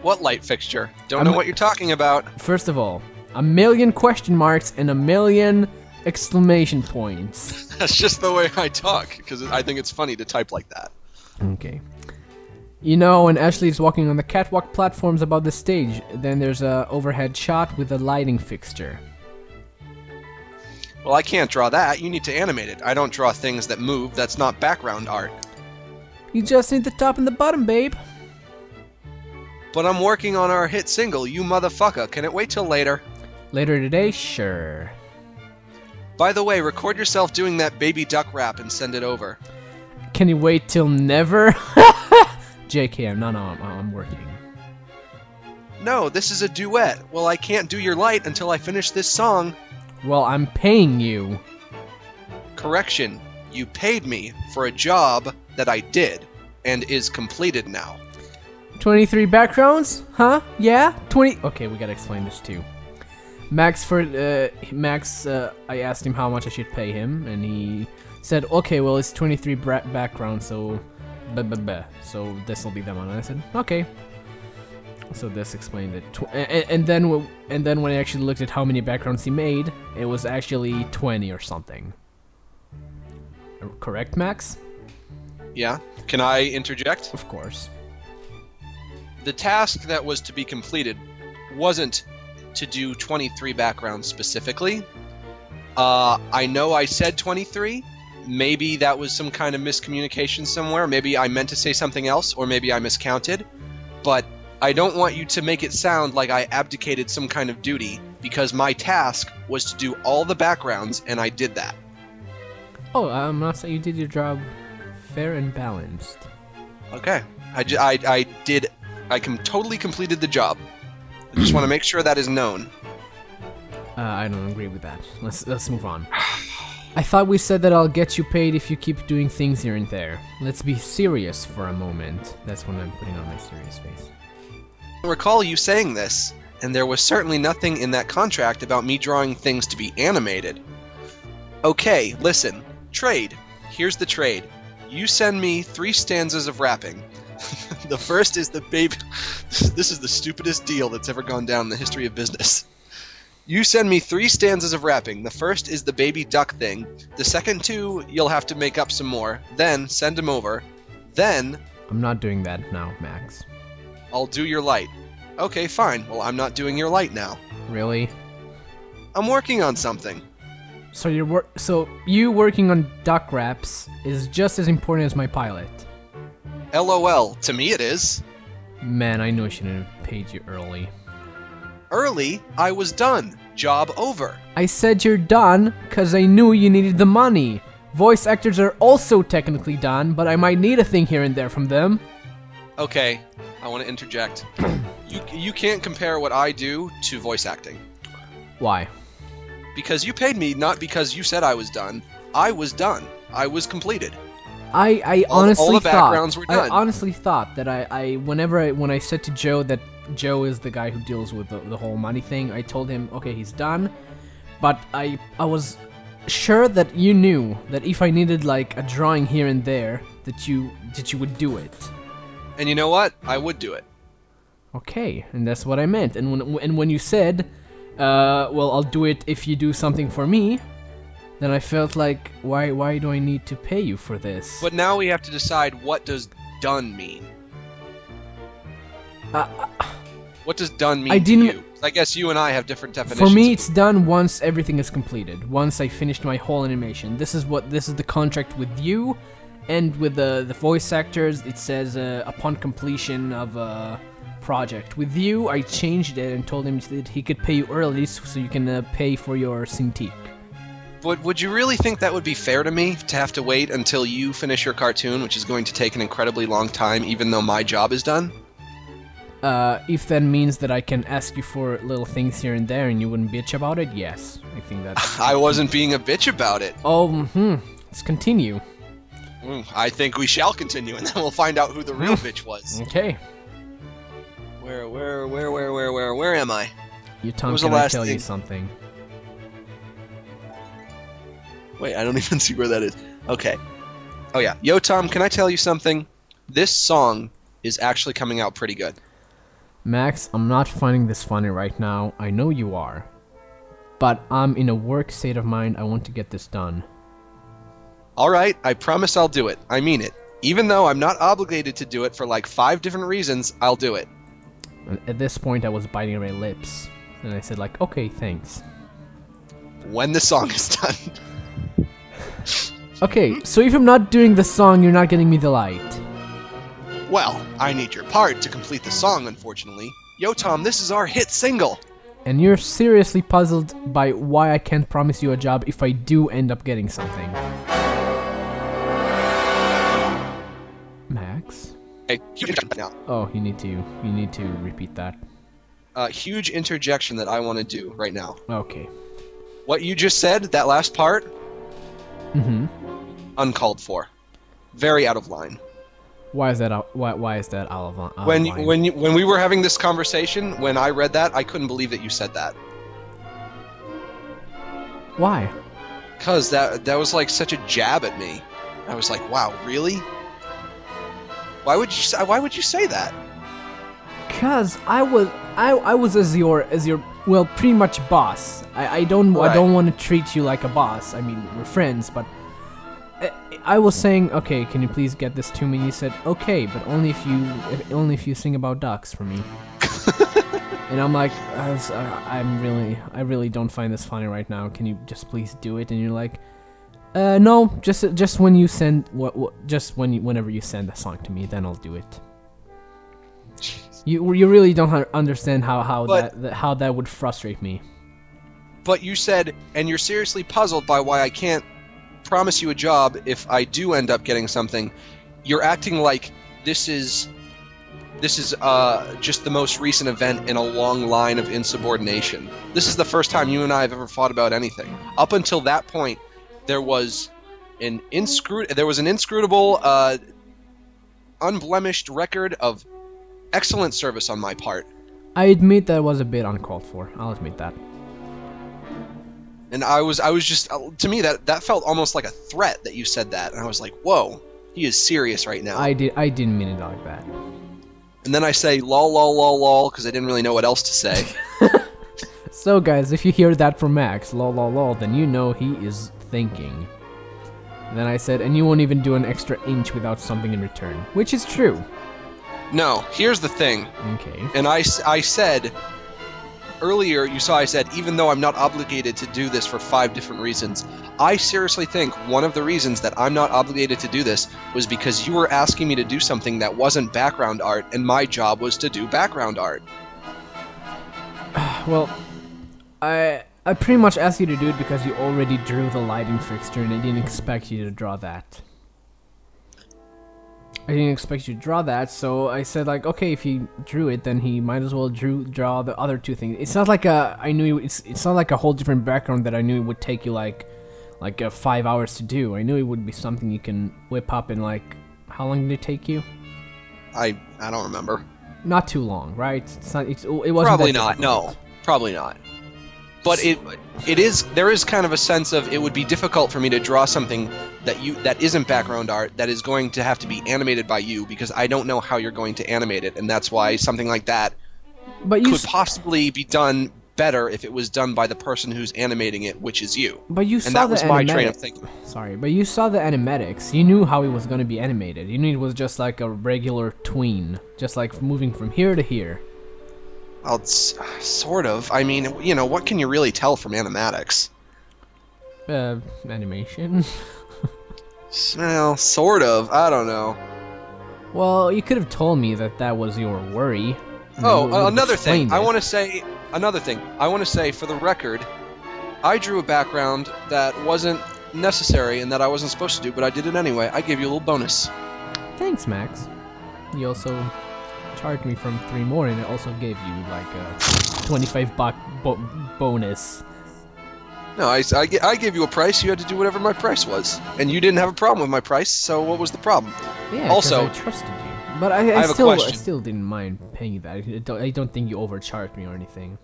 S2: What light fixture? Don't
S1: I'm-
S2: know what you're talking about. *laughs*
S1: First of all, a million question marks and a million exclamation points.
S2: That's just the way I talk because I think it's funny to type like that.
S1: Okay. You know, when Ashley is walking on the catwalk platforms above the stage, then there's a overhead shot with a lighting fixture.
S2: Well, I can't draw that. You need to animate it. I don't draw things that move. That's not background art.
S1: You just need the top and the bottom, babe.
S2: But I'm working on our hit single, You Motherfucker. Can it wait till later?
S1: Later today, sure.
S2: By the way, record yourself doing that baby duck rap and send it over.
S1: Can you wait till never? *laughs* JK, I'm not. No, I'm, I'm working.
S2: No, this is a duet. Well, I can't do your light until I finish this song.
S1: Well, I'm paying you.
S2: Correction, you paid me for a job that I did and is completed now.
S1: 23 backgrounds? Huh? Yeah? 20. Okay, we gotta explain this too. Max for uh, Max, uh, I asked him how much I should pay him, and he said, "Okay, well it's 23 bra- backgrounds, so, blah, blah, blah. so this will be the amount." And I said, "Okay." So this explained it. Tw- and, and then w- and then when I actually looked at how many backgrounds he made, it was actually 20 or something. Correct, Max?
S2: Yeah? Can I interject?
S1: Of course.
S2: The task that was to be completed wasn't to do 23 backgrounds specifically. Uh, I know I said 23. Maybe that was some kind of miscommunication somewhere. Maybe I meant to say something else, or maybe I miscounted. But I don't want you to make it sound like I abdicated some kind of duty because my task was to do all the backgrounds, and I did that.
S1: Oh, I'm not saying you did your job fair and balanced.
S2: Okay. I, ju- I, I did. I com- totally completed the job. I just want to make sure that is known.
S1: Uh, I don't agree with that. Let's let's move on. I thought we said that I'll get you paid if you keep doing things here and there. Let's be serious for a moment. That's when I'm putting on my serious face.
S2: recall you saying this, and there was certainly nothing in that contract about me drawing things to be animated. Okay, listen. Trade. Here's the trade. You send me three stanzas of rapping. *laughs* the first is the baby. *laughs* This is the stupidest deal that's ever gone down in the history of business. You send me three stanzas of rapping. The first is the baby duck thing. The second two, you'll have to make up some more. Then send them over. Then
S1: I'm not doing that now, Max.
S2: I'll do your light. Okay, fine. Well, I'm not doing your light now.
S1: Really?
S2: I'm working on something.
S1: So you're wor- so you working on duck raps is just as important as my pilot.
S2: LOL. To me, it is.
S1: Man, I knew I shouldn't have paid you early.
S2: Early, I was done. Job over.
S1: I said you're done because I knew you needed the money. Voice actors are also technically done, but I might need a thing here and there from them.
S2: Okay, I want to interject. you, you can't compare what I do to voice acting.
S1: Why?
S2: Because you paid me not because you said I was done. I was done. I was completed.
S1: I, I
S2: All- all
S1: honestly
S2: the
S1: thought
S2: backgrounds were
S1: I
S2: done.
S1: honestly thought that I, I whenever I when I said to Joe that Joe is the guy who deals with the, the whole money thing, I told him okay he's done, but I I was sure that you knew that if I needed like a drawing here and there that you that you would do it.
S2: And you know what? I would do it.
S1: Okay, and that's what I meant. And when and when you said, uh, well I'll do it if you do something for me, then I felt like why why do I need to pay you for this?
S2: But now we have to decide what does done mean. what does done mean
S1: Uh, I didn't-
S2: to you? 'Cause I guess you and I have different definitions.
S1: For me, it's done once everything is completed. Once I finished my whole animation. This is what this is the contract with you, and with the the voice actors. It says uh, upon completion of a project. With you, I changed it and told him that he could pay you early so so you can uh, pay for your Cintiq.
S2: Would, would you really think that would be fair to me to have to wait until you finish your cartoon, which is going to take an incredibly long time, even though my job is done?
S1: Uh, if that means that I can ask you for little things here and there and you wouldn't bitch about it, yes, I think
S2: *laughs*
S1: that.
S2: I wasn't being a bitch about it.
S1: oh, hmm. Let's continue.
S2: Mm, I think we shall continue, and then we'll find out who
S1: *laughs*
S2: the real bitch was.
S1: Okay.
S2: Where, where, where, where, where, where, where am I?
S1: Your Tom,
S2: was the
S1: can I
S2: last
S1: tell you
S2: thing?
S1: something?
S2: Wait, I don't *laughs* even see where that is. Okay. Oh yeah, yo Tom, can I tell you something? This song is actually coming out pretty good.
S1: Max, I'm not finding this funny right now. I know you are. But I'm in a work state of mind. I want to get this done.
S2: All right, I promise I'll do it. I mean it. Even though I'm not obligated to do it for like five different reasons, I'll do it.
S1: And at this point, I was biting my lips. And I said, like, okay, thanks.
S2: When the song is *laughs* done. Hmm?
S1: Okay, so if I'm not doing the song, you're not getting me the light.
S2: Well, I need your part to complete the song, unfortunately. Yo, Tom, this is our hit single.
S1: And you're seriously puzzled by why I can't promise you a job if I do end up getting something. Max?
S2: A huge, *laughs* now,
S1: Oh, you need to you need to repeat that.
S2: a Uh, huge interjection that I want to do right now.
S1: Okay.
S2: What you just said, that last part,
S1: Mhm.
S2: uncalled for. Very out of line.
S1: Why is that out, why why is that out of out of
S2: when
S1: line?
S2: when you, when we were having this conversation, when I read that, I couldn't believe that you said that.
S1: Why?
S2: Cause that that was like such a jab at me. I was like, wow, really? Why would you say, why would you say that?
S1: Cause I was I, I was as your as your well pretty much boss. I, I don't I
S2: Right.
S1: don't want to treat you like a boss. I mean we're friends, but I, I was saying okay, can you please get this to me? And you said okay, but only if you if, only if you sing about ducks for me. and I'm like I was, uh, I'm really I really don't find this funny right now. Can you just please do it? And you're like. Uh, no, just just when you send what, what just when you, whenever you send the song to me, then I'll do it. You you really don't hun- understand how how
S2: But-
S1: that, that how that would frustrate me.
S2: But you said, and you're seriously puzzled by why I can't promise you a job if I do end up getting something. You're acting like this is this is uh, just the most recent event in a long line of insubordination. This is the first time you and I have ever fought about anything. Up until that point, there was an inscrut- there was an inscrutable, uh, unblemished record of excellent service on my part.
S1: I admit that was a bit uncalled for. I'll admit that.
S2: and I was I was just uh, to me that that felt almost like a threat that you said that, and I was like, whoa, he is serious right now.
S1: I did. I didn't mean it like that.
S2: and then I say lol lol lol lol because I didn't really know what else to say.
S1: So, guys, if you hear that from Max, lol lol lol, then you know he is thinking. Then I said, and you won't even do an extra inch without something in return, which is true.
S2: no, here's the thing,
S1: Okay.
S2: and I s- I said earlier you saw I said even though I'm not obligated to do this for five different reasons, I seriously think one of the reasons that I'm not obligated to do this was because you were asking me to do something that wasn't background art, and my job was to do background art.
S1: Well, I I pretty much asked you to do it because you already drew the lighting fixture, and I didn't expect you to draw that. I didn't expect you to draw that, so I said like, okay, if he drew it, then he might as well drew draw the other two things. It's not like a I knew it's it's not like a whole different background that I knew it would take you like like uh, five hours to do. I knew it would be something you can whip up in like how long did it take you?
S2: I I don't remember.
S1: Not too long, right? It's not. It's, it wasn't
S2: Probably
S1: that
S2: not.
S1: difficult.
S2: No, probably not. But it it is there is kind of a sense of it would be difficult for me to draw something that you that isn't background art that is going to have to be animated by you because I don't know how you're going to animate it and that's why something like that
S1: But you
S2: could
S1: s-
S2: possibly be done better if it was done by the person who's animating it, which is you.
S1: But you
S2: And
S1: saw
S2: that was
S1: the
S2: my
S1: animatic.
S2: train of thinking.
S1: Sorry, but you saw the animatics. You knew how it was gonna be animated. You knew it was just like a regular tween, just like moving from here to here.
S2: Well, it's, sort of. I mean, you know, what can you really tell from animatics?
S1: Uh, animation. *laughs*
S2: Well, sort of. I don't know.
S1: well, you could have told me that that was your worry. and I would
S2: Oh,
S1: have
S2: another thing.
S1: explained
S2: I
S1: it.
S2: want to say another thing. I want to say for the record, I drew a background that wasn't necessary and that I wasn't supposed to do, but I did it anyway. I gave you a little bonus.
S1: Thanks, Max. You also charged me from three more, and I also gave you like a twenty-five buck bo- bonus.
S2: No, I, I, gi- I gave you a price. You had to do whatever my price was, and you didn't have a problem with my price. So what was the problem?
S1: Yeah, 'cause
S2: Also-
S1: I trusted you. But I, I,
S2: have a
S1: still, I
S2: question.
S1: still didn't mind paying you that. I don't, I don't think you overcharged me or anything.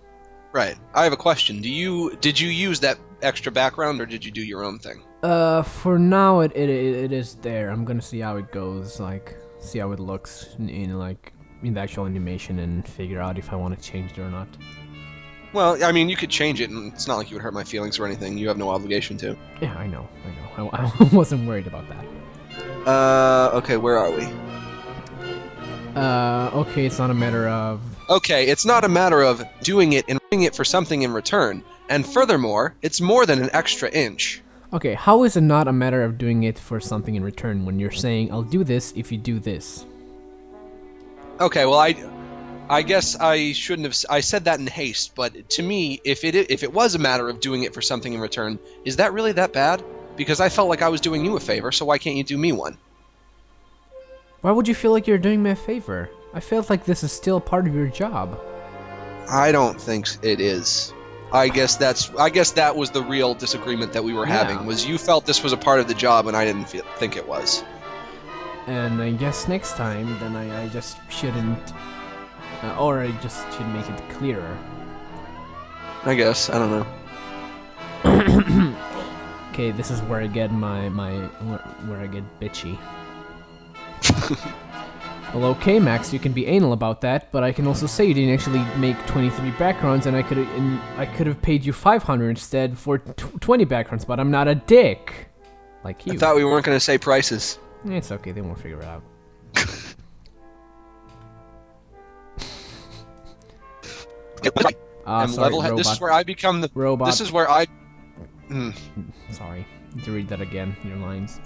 S2: Right. I have a question. Do you did you use that extra background or did you do your own thing?
S1: Uh, for now it, it it is there. I'm gonna see how it goes, like see how it looks in, in like in the actual animation, and figure out if I want to change it or not.
S2: Well, I mean, you could change it, and it's not like you would hurt my feelings or anything. You have no obligation to.
S1: Yeah, I know, I know. I, *laughs* I wasn't worried about that.
S2: Uh, okay. Where are we?
S1: Uh, okay, it's not a matter of
S2: Okay, it's not a matter of doing it and doing it for something in return. And furthermore, it's more than an extra inch.
S1: okay. How is it not a matter of doing it for something in return when you're saying I'll do this if you do this?
S2: Okay, well I I guess I shouldn't have s- I said that in haste, but to me, if it i- if it was a matter of doing it for something in return, is that really that bad? Because I felt like I was doing you a favor, so why can't you do me one?
S1: Why would you feel like you're doing me a favor? I felt like this is still part of your job.
S2: I don't think s- it is. I guess that's I guess that was the real disagreement that we were having
S1: Yeah.
S2: was you felt this was a part of the job and I didn't feel, think it was.
S1: And I guess next time, then I, I just shouldn't. Uh, or I just should make it clearer.
S2: I guess, I don't know.
S1: Okay, this is where I get my. my where, where I get
S2: *laughs*
S1: bitchy. well, okay, Max, you can be anal about that, but I can also say you didn't actually make 23 backgrounds, and I could and I could have paid you 500 instead for tw 20 backgrounds, but I'm not a dick, like you.
S2: I thought we weren't going to say prices.
S1: It's okay, they won't figure it out. Ah,
S2: *coughs* I'm
S1: sorry,
S2: level head.
S1: robot.
S2: This is where I become the.
S1: Robot.
S2: This is where I.
S1: Sorry, to read that again. Your lines.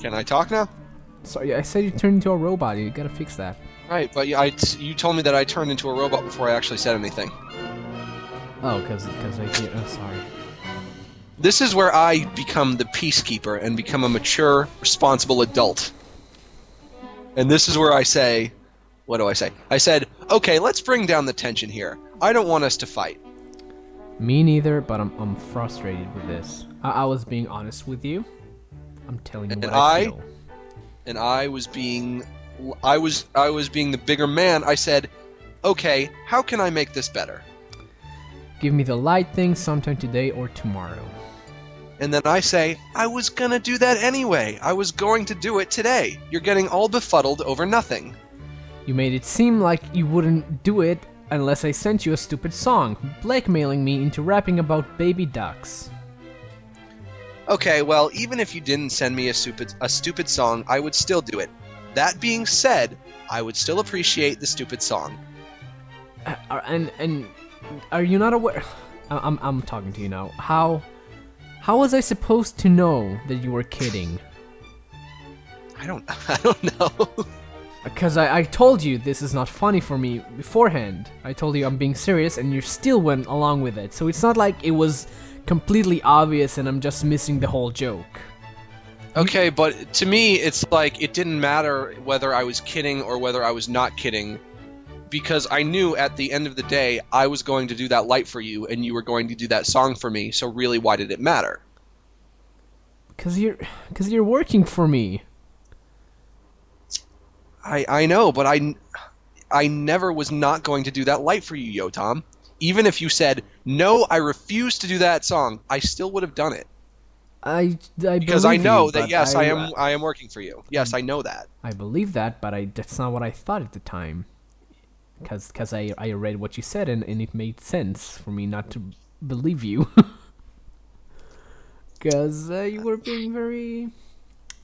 S2: Can I talk now?
S1: Sorry, I said you turned into a robot. You gotta fix that.
S2: Right, but you- I, you told me that I turned into a robot before I actually said anything.
S1: Oh, cause, cause I hear. Oh, sorry.
S2: This is where I become the peacekeeper and become a mature, responsible adult. And this is where I say, what do I say? I said, okay, let's bring down the tension here. I don't want us to fight.
S1: Me neither, but I'm, I'm frustrated with this. I, I was being honest with you. I'm telling you
S2: And
S1: what I,
S2: I-
S1: feel.
S2: and I was being I was I was being the bigger man. I said, "Okay, how can I make this better?"
S1: Give me the light thing sometime today or tomorrow.
S2: And then I say, I was gonna do that anyway. I was going to do it today. You're getting all befuddled over nothing.
S1: You made it seem like you wouldn't do it unless I sent you a stupid song, blackmailing me into rapping about baby ducks.
S2: Okay, well, even if you didn't send me a stupid a stupid song, I would still do it. That being said, I would still appreciate the stupid song.
S1: Uh, are- and and are you not aware? *sighs* I- I'm I'm talking to you now. How how was I supposed to know that you were kidding?
S2: I don't *laughs* I don't know. *laughs*
S1: Because I, I told you this is not funny for me beforehand. I told you I'm being serious, and you still went along with it. So it's not like it was completely obvious, and I'm just missing the whole joke.
S2: okay, but to me it's like it didn't matter whether I was kidding or whether I was not kidding because I knew at the end of the day I was going to do that light for you and you were going to do that song for me. So really why did it matter?
S1: Cause you're, cause you're working for me.
S2: I I know, but I I never was not going to do that light for you, yo Tom. Even if you said no, I refuse to do that song, I still would have done it
S1: I, I
S2: because I
S1: believe
S2: know
S1: you,
S2: that
S1: but
S2: yes, I,
S1: uh,
S2: am I am working for you. Yes, I know that.
S1: I believe that, but I that's not what I thought at the time. Cause, cause I, I read what you said, and, and it made sense for me not to believe you. *laughs* Cause uh, you were being very,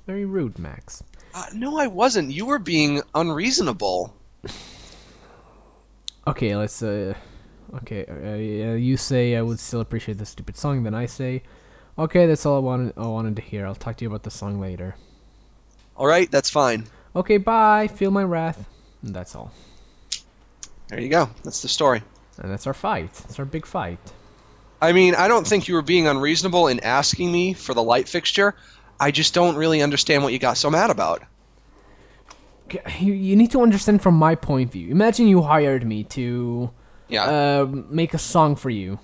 S1: very rude, Max.
S2: Uh, no, I wasn't. You were being unreasonable.
S1: Okay, let's. Uh, okay, uh, uh, you say I would still appreciate the stupid song. Then I say, okay, that's all I wanted. I wanted to hear. I'll talk to you about the song later.
S2: All right, that's fine.
S1: Okay, bye. Feel my wrath. And that's all.
S2: There you go. That's the story.
S1: And that's our fight. It's our big fight.
S2: I mean, I don't think you were being unreasonable in asking me for the light fixture. I just don't really understand what you got so mad about.
S1: G- You, you need to understand from my point of view. Imagine you hired me to
S2: Yeah.
S1: uh, make a song for you,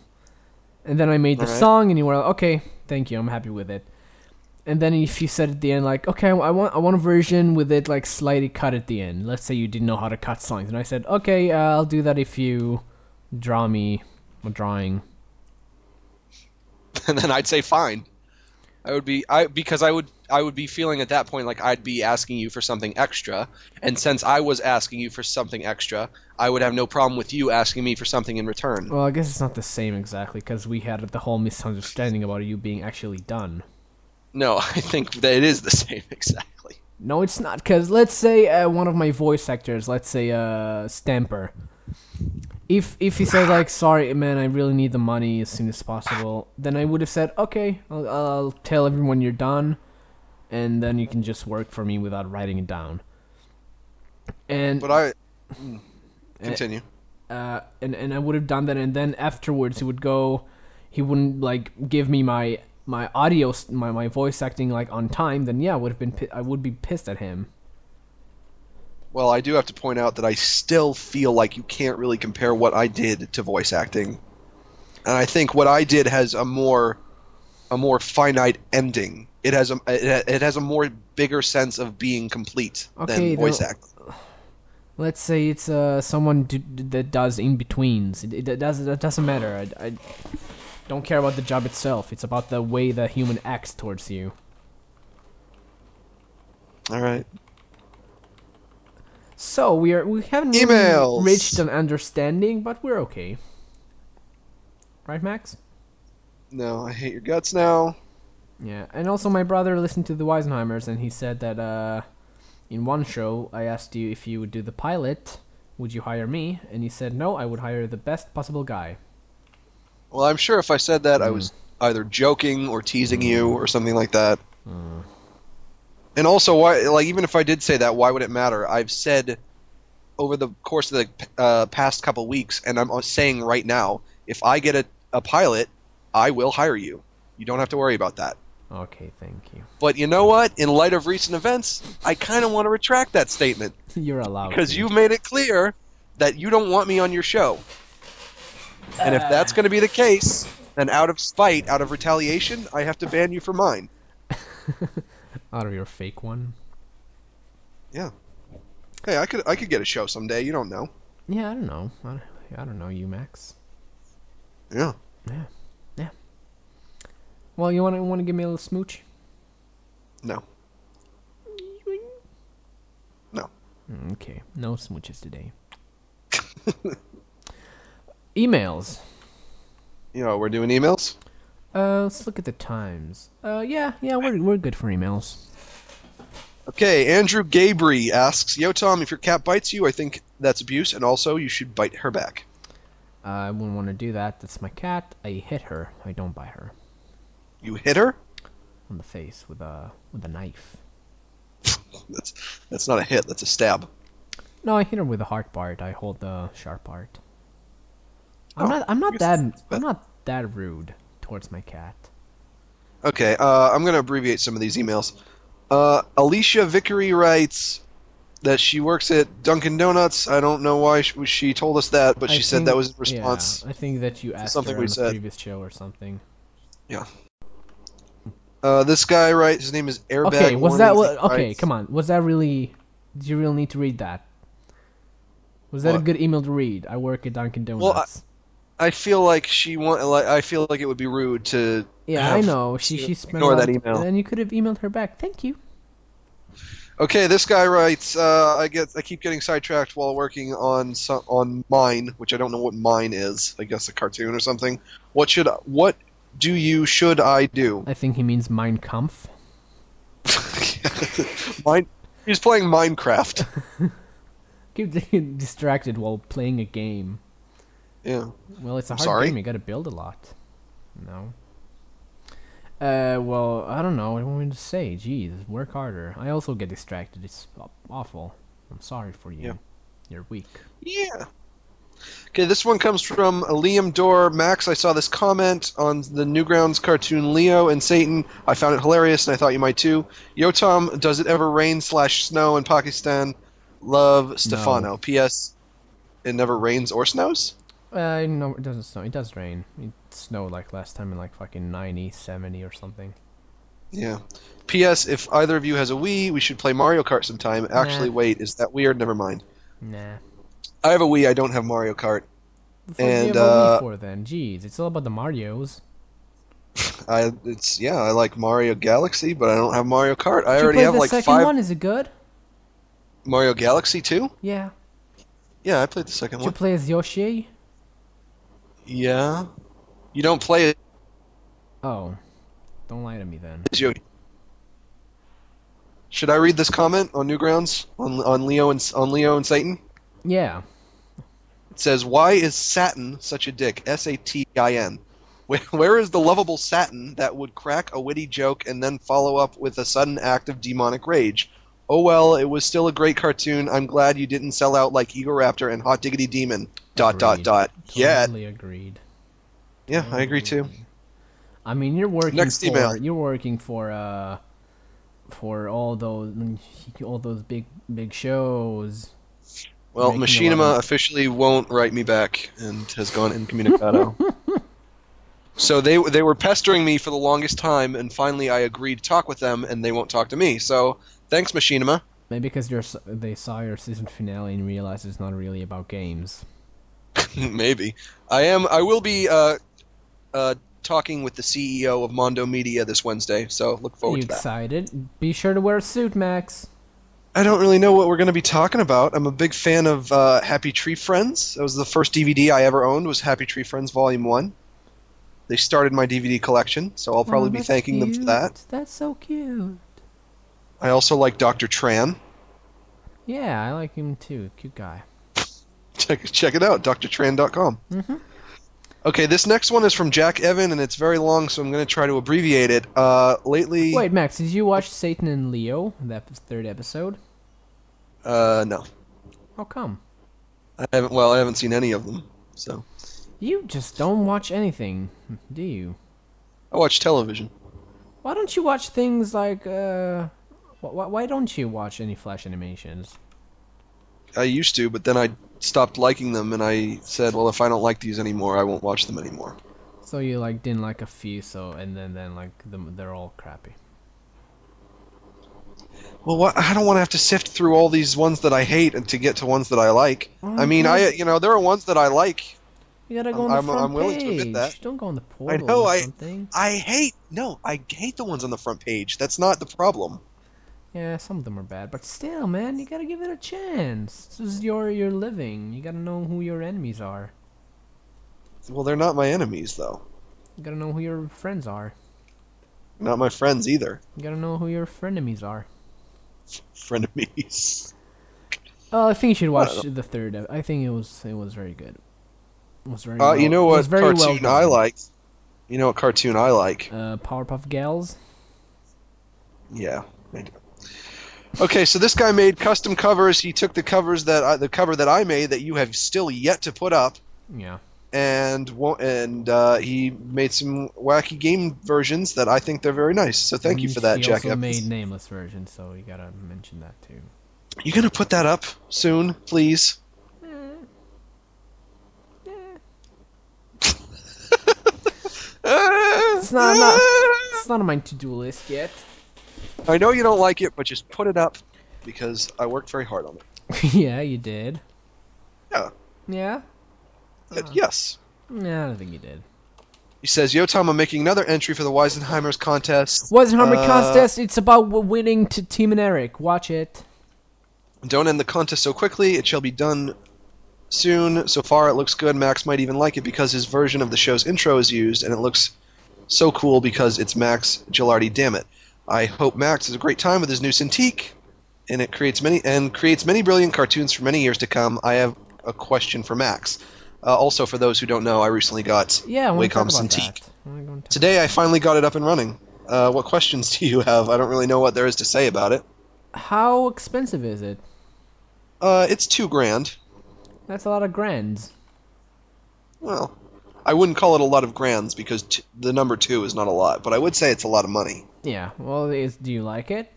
S1: and then I made the
S2: Alright.
S1: song, and you were like, okay, thank you, I'm happy with it. And then if you said at the end like, okay, I want I want a version with it like slightly cut at the end. Let's say you didn't know how to cut songs, and I said, okay, uh, I'll do that if you draw me a drawing.
S2: and *laughs* then I'd say fine. I would be I because I would I would be feeling at that point like I'd be asking you for something extra, and since I was asking you for something extra, I would have no problem with you asking me for something in return.
S1: Well, I guess it's not the same exactly because we had the whole misunderstanding about you being actually done.
S2: No, *laughs* I think that it is the same *laughs* exactly.
S1: No, it's not. Because let's say uh, one of my voice actors, let's say uh, Stamper, if if he said like, "Sorry, man, I really need the money as soon as possible," then I would have said, "Okay, I'll, I'll tell everyone you're done, and then you can just work for me without writing it down." And
S2: But I mm, continue.
S1: uh, and and I would have done that, and then afterwards he would go, he wouldn't like give me my my audio, s- my my voice acting like on time. Then yeah, I would have been pi- I would be pissed at him.
S2: Well, I do have to point out that I still feel like you can't really compare what I did to voice acting, and I think what I did has a more a more finite ending. It has a it it has a more bigger sense of being complete
S1: Okay,
S2: than voice
S1: now-
S2: acting.
S1: Let's say it's uh someone do, do- that does in betweens. It, it, it does that doesn't matter. I, I don't care about the job itself. It's about the way the human acts towards you.
S2: All right.
S1: So we are we haven't really
S2: Emails.
S1: reached an understanding, but we're okay. Right, Max?
S2: No, I hate your guts now.
S1: Yeah. And also, my brother listened to the Weisenheimers, and he said that uh, in one show, I asked you if you would do the pilot. Would you hire me? And you said no. I would hire the best possible guy.
S2: Well, I'm sure if I said that, I was either joking or teasing you or something like that. And also, why? Like, even if I did say that, why would it matter? I've said over the course of the uh, past couple weeks, and I'm uh, saying right now, if I get a, a pilot, I will hire you. You don't have to worry about that.
S1: Okay, thank you. *laughs*
S2: But you know what? In light of recent events, I kind of want to retract that statement
S1: You're allowed.
S2: because
S1: to.
S2: you've made it clear that you don't want me on your show. And if that's going to be the case, then out of spite, out of retaliation, I have to ban you from mine.
S1: out of your fake one.
S2: Yeah. Hey, I could I could get a show someday. You don't know.
S1: Yeah, I don't know. I don't, I don't know you, Max.
S2: Yeah.
S1: Yeah. Yeah. Well, you want to want to give me a little smooch?
S2: No. No.
S1: Mm, Okay. No smooches today. *laughs* Emails.
S2: You know, we're doing emails.
S1: Uh, let's look at the times. Uh, yeah, yeah, we're we're good for emails.
S2: Okay, Andrew Gabry asks, "Yo Tom, if your cat bites you, I think that's abuse, and also you should bite her back."
S1: Uh, I wouldn't want to do that. That's my cat. I hit her. I don't bite her
S2: You hit her? *laughs*
S1: on the face with a with a knife.
S2: That's that's not a hit. That's a stab.
S1: No, I hit her with the hard part. I hold the sharp part. I'm
S2: Oh,
S1: not. I'm not
S2: you're
S1: that.
S2: s-
S1: I'm not that rude towards my cat.
S2: Okay, uh, I'm going to abbreviate some of these emails. Uh, Alicia Vickery writes that she works at Dunkin' Donuts. I don't know why she, she told us that, but
S1: I
S2: she said
S1: think-
S2: that was in response.
S1: Yeah, I think that you asked
S2: something
S1: her
S2: we
S1: on the
S2: said.
S1: previous show or something.
S2: Uh, this guy writes, his name is Airbag.
S1: Okay, was that
S2: Warning,
S1: what? Okay,
S2: writes-
S1: come on. Was that really? Did you really need to read that? Was that a
S2: What?
S1: good email to read? I work at Dunkin' Donuts.
S2: Well, I- I feel like she want, like I feel like it would be rude to.
S1: yeah, I
S2: have-
S1: know. She she spent
S2: ignore
S1: a lot
S2: that
S1: of-
S2: email.
S1: And you could have emailed her back. Thank you.
S2: Okay, this guy writes. Uh, I get I keep getting sidetracked while working on some, on mine, which I don't know what mine is. I guess a cartoon or something. What should what do you should I do?
S1: I think he means Mein Kampf.
S2: *laughs* Mine, he's playing Minecraft.
S1: Keep *laughs* distracted while playing a game.
S2: Yeah.
S1: Well, it's a
S2: I'm
S1: hard
S2: sorry?
S1: game. You got to build a lot. No. Uh, well, I don't know. What do you want me to say? Jeez, work harder. I also get distracted. It's aw- awful. I'm sorry for you.
S2: Yeah.
S1: You're weak.
S2: Yeah. Okay, this one comes from Liam Dorr. Max, I saw this comment on the Newgrounds cartoon Leo and Satan. I found it hilarious, and I thought you might too. Yo, Tom, does it ever rain slash snow in Pakistan? Love, Stefano. P.S. It never rains or snows?
S1: Uh, no, it doesn't snow. It does rain. It snowed like last time in like fucking 90, 70 or something.
S2: Yeah. P.S. If either of you has a Wii, we should play Mario Kart sometime. Actually,
S1: Nah.
S2: wait, is that weird? Never mind.
S1: Nah.
S2: I have a Wii. I don't have Mario Kart.
S1: That's what we
S2: And,
S1: have a Wii
S2: uh,
S1: for then. Jeez, it's all about the Mario's.
S2: I it's yeah, I like Mario Galaxy, but I don't have Mario Kart. I
S1: Did you
S2: already
S1: play
S2: have
S1: the
S2: like
S1: second
S2: five
S1: one? Is it good?
S2: Mario Galaxy too.
S1: Yeah.
S2: Yeah, I played the second
S1: Did you
S2: one.
S1: play as Yoshi?
S2: yeah, you don't play it.
S1: Oh. Don't lie to me then.
S2: as You. Should I read this comment on Newgrounds on on Leo and on Leo and Satan?
S1: Yeah.
S2: It says, "Why is Satin such a dick?" S A T I N. Where, where is the lovable Satin that would crack a witty joke and then follow up with a sudden act of demonic rage? Oh well, it was still a great cartoon. I'm glad you didn't sell out like Eagle Raptor and Hot Diggity Demon. Dot dot
S1: Agreed.
S2: dot. Yet,
S1: Totally agreed.
S2: yeah, I agree too.
S1: I mean, you're working
S2: Next
S1: for
S2: email.
S1: you're working for uh for all those all those big big shows.
S2: Well,
S1: Making a lot
S2: Machinima officially won't write me back and has
S1: *laughs*
S2: gone incommunicado. so they they were pestering me for the longest time, and finally I agreed to talk with them, and they won't talk to me. So thanks, Machinima.
S1: Maybe because you're, s- they saw your season finale and realized it's not really about games.
S2: *laughs* Maybe I am. I will be uh, uh, talking with the CEO of Mondo Media this Wednesday. So look
S1: Are
S2: forward
S1: you
S2: to that.
S1: excited? Be sure to wear a suit, Max.
S2: I don't really know what we're going to be talking about. I'm a big fan of uh, Happy Tree Friends. That was the first DVD I ever owned. Was Happy Tree Friends Volume One. They started my DVD collection, so I'll probably
S1: Oh,
S2: be
S1: that's
S2: thanking them for
S1: cute.
S2: that.
S1: That's so cute.
S2: I also like Dr. Tran. *laughs*
S1: Yeah, I like him too. Cute guy.
S2: Check check it out, drtran.com.
S1: Mm-hmm.
S2: Okay, this next one is from Jack Evan, and it's very long, so I'm going to try to abbreviate it. Uh, lately,
S1: Wait, Max, did you watch Satan and Leo, that third episode?
S2: uh, no,
S1: How come?
S2: I haven't. Well, I haven't seen any of them, so
S1: You just don't watch anything, do you?
S2: I watch television.
S1: Why don't you watch things like uh? Wh- wh- why don't you watch any Flash animations?
S2: I used to, but then I stopped liking them, and I said, well, if I don't like these anymore, I won't watch them anymore.
S1: So you like didn't like a few, so and then then like them, they're all crappy.
S2: Well, what? I don't want to have to sift through
S1: Mm-hmm.
S2: all these ones that I hate and to get to ones that I like. I mean, I you know there are ones that I like,
S1: You gotta go
S2: I'm-
S1: on the
S2: I'm-
S1: front
S2: I'm willing to
S1: page.
S2: admit that.
S1: Don't go on the portal
S2: know,
S1: or
S2: I-
S1: something.
S2: I hate no, I hate the ones on the front page. That's not the problem.
S1: Yeah, some of them are bad, but still, man, you gotta give it a chance. This is your your living. You gotta know who your enemies are.
S2: Well, they're not my enemies though.
S1: You gotta know who your friends are.
S2: Not my friends either.
S1: You gotta know who your frenemies are.
S2: Frenemies.
S1: Oh, I think you should watch
S2: Well-
S1: the third. ep- I think it was it was very good. It was very.
S2: Uh,
S1: well,
S2: you know
S1: it
S2: what
S1: was very well
S2: cartoon I
S1: done.
S2: like? You know what cartoon I like?
S1: Uh, Powerpuff Gals.
S2: Yeah. I do. Okay, so this guy made custom covers. He took the covers that I, the cover that I made that you have still yet to put up,
S1: Yeah.
S2: and won't, and uh, he made some wacky game versions that I think they're very nice. So thank you
S1: And
S2: for that,
S1: she
S2: Jack.
S1: Mm, also
S2: Evans.
S1: made nameless version, so you gotta mention that too.
S2: You gonna put that up soon, please?
S1: It's not enough. It's not on my to-do list yet.
S2: *laughs*
S1: *laughs*
S2: I know you don't like it, but just put it up because I worked very hard on it.
S1: yeah, you did.
S2: Yeah.
S1: Yeah. Uh-huh.
S2: Uh, Yes.
S1: Nah, I don't think you did.
S2: He says, Yo, Tom, I'm making another entry for the Weisenheimer's contest.
S1: Wasn't Harmony
S2: Uh,
S1: contest. It's about w- winning to Team and Eric. Watch it.
S2: Don't end the contest so quickly. It shall be done soon. So far, it looks good. Max might even like it because his version of the show's intro is used, and it looks so cool because it's Max Gilardi. Damn it! I hope Max has a great time with his new Cintiq, and it creates many and creates many brilliant cartoons for many years to come. I have a question for Max. Uh, also, for those who don't know, I recently got
S1: Yeah, I want to talk
S2: Wacom
S1: about
S2: Cintiq.
S1: that. I wanna go and talk-
S2: Today, I finally got it up and running. Uh, what questions *laughs* do you have? I don't really know what there is to say about it.
S1: How expensive is it?
S2: Uh, it's two grand.
S1: That's a lot of grands.
S2: Well, I wouldn't call it a lot of grands because t- the number two is not a lot, but I would say it's a lot of money.
S1: Yeah. Well, is, do you like it?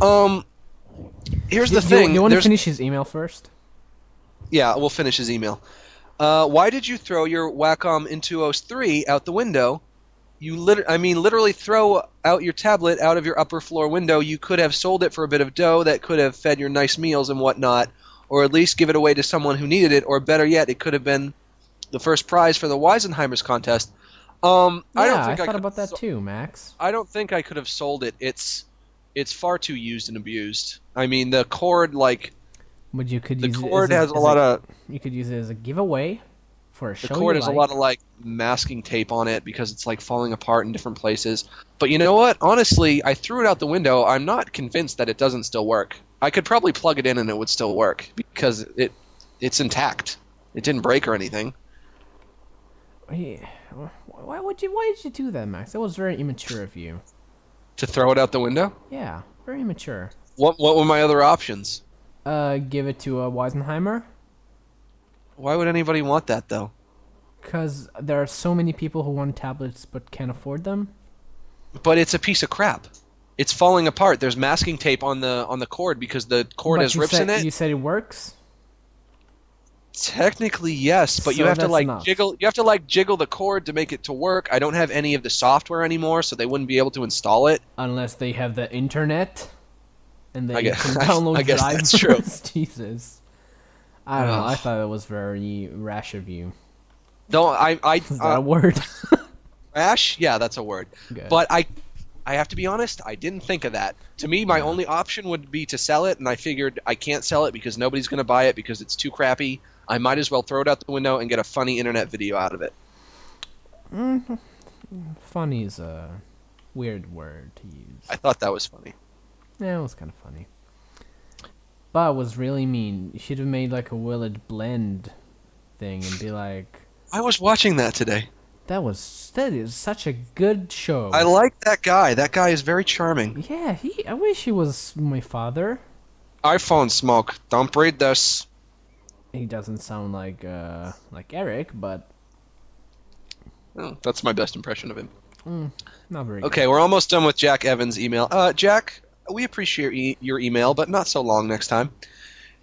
S2: Um, here's the
S1: Do you-
S2: thing.
S1: You, want to
S2: There's-
S1: finish his email first?
S2: Yeah, we'll finish his email. Uh, why did you throw your Wacom Intuos 3 out the window? You lit- I mean, literally throw out your tablet out of your upper floor window. You could have sold it for a bit of dough that could have fed your nice meals and whatnot, or at least give it away to someone who needed it, or better yet, it could have been the first prize for the Weisenheimer's contest. Um,
S1: Yeah,
S2: I don't think I,
S1: thought
S2: could-
S1: about that too, Max.
S2: I don't think I could have sold it. It's it's far too used and abused. I mean, the cord like
S1: But you could
S2: the
S1: use
S2: cord
S1: it as
S2: has a lot of
S1: You could use it as a giveaway for a
S2: the
S1: show.
S2: cord
S1: you
S2: has
S1: like.
S2: a lot of like masking tape on it because it's like falling apart in different places. But you know what? Honestly, I threw it out the window. I'm not convinced that it doesn't still work. I could probably plug it in and it would still work because it it's intact. It didn't break or anything.
S1: Yeah. Why would you? Why did you do that, Max? That was very immature of you.
S2: To throw it out the window?
S1: Yeah, very immature.
S2: What what were my other options?
S1: Uh, give it to uh, Weisenheimer
S2: Why would anybody want that though?
S1: because there are so many people who want tablets but can't afford them.
S2: but it's a piece of crap. It's falling apart. There's masking tape on the on the cord because the cord
S1: but
S2: has
S1: you
S2: rips
S1: said,
S2: in it.
S1: You said it works.
S2: Technically, yes, but you
S1: So
S2: have to
S1: that's
S2: like
S1: enough.
S2: jiggle. You have to like jiggle the cord to make it to work. I don't have any of the software anymore, so they wouldn't be able to install it.
S1: Unless they have the internet, and they
S2: *laughs* I guess-
S1: can download
S2: I guess
S1: drivers.
S2: that's
S1: *laughs*
S2: true.
S1: Jesus, I don't know. I
S2: Ugh.
S1: thought that was very rash of you.
S2: No, I
S1: *laughs*
S2: I
S1: Is that a
S2: uh,
S1: word?
S2: rash. Yeah, that's a word.
S1: Good.
S2: But I I have to be honest. I didn't think of that. To me, my only option would be to sell it, and I figured I can't sell it because nobody's going to buy it because it's too crappy. I might as well throw it out the window and get a funny internet video out of it.
S1: funny is a weird word to use.
S2: I thought that was funny.
S1: Yeah, it was kind of funny. But it was really mean. You should have made like a Willard blend thing and be like,
S2: I was watching that today.
S1: "That was that is such a good show."
S2: I like that guy. That guy is very charming.
S1: yeah, he. I wish he was my father.
S2: iPhone smoke. Don't read this.
S1: He doesn't sound like uh like Eric, but
S2: Oh, that's my best impression of him.
S1: not very.
S2: Okay, we're almost done with Jack Evans' email. Uh, Jack, we appreciate your, e- your email, but not so long next time.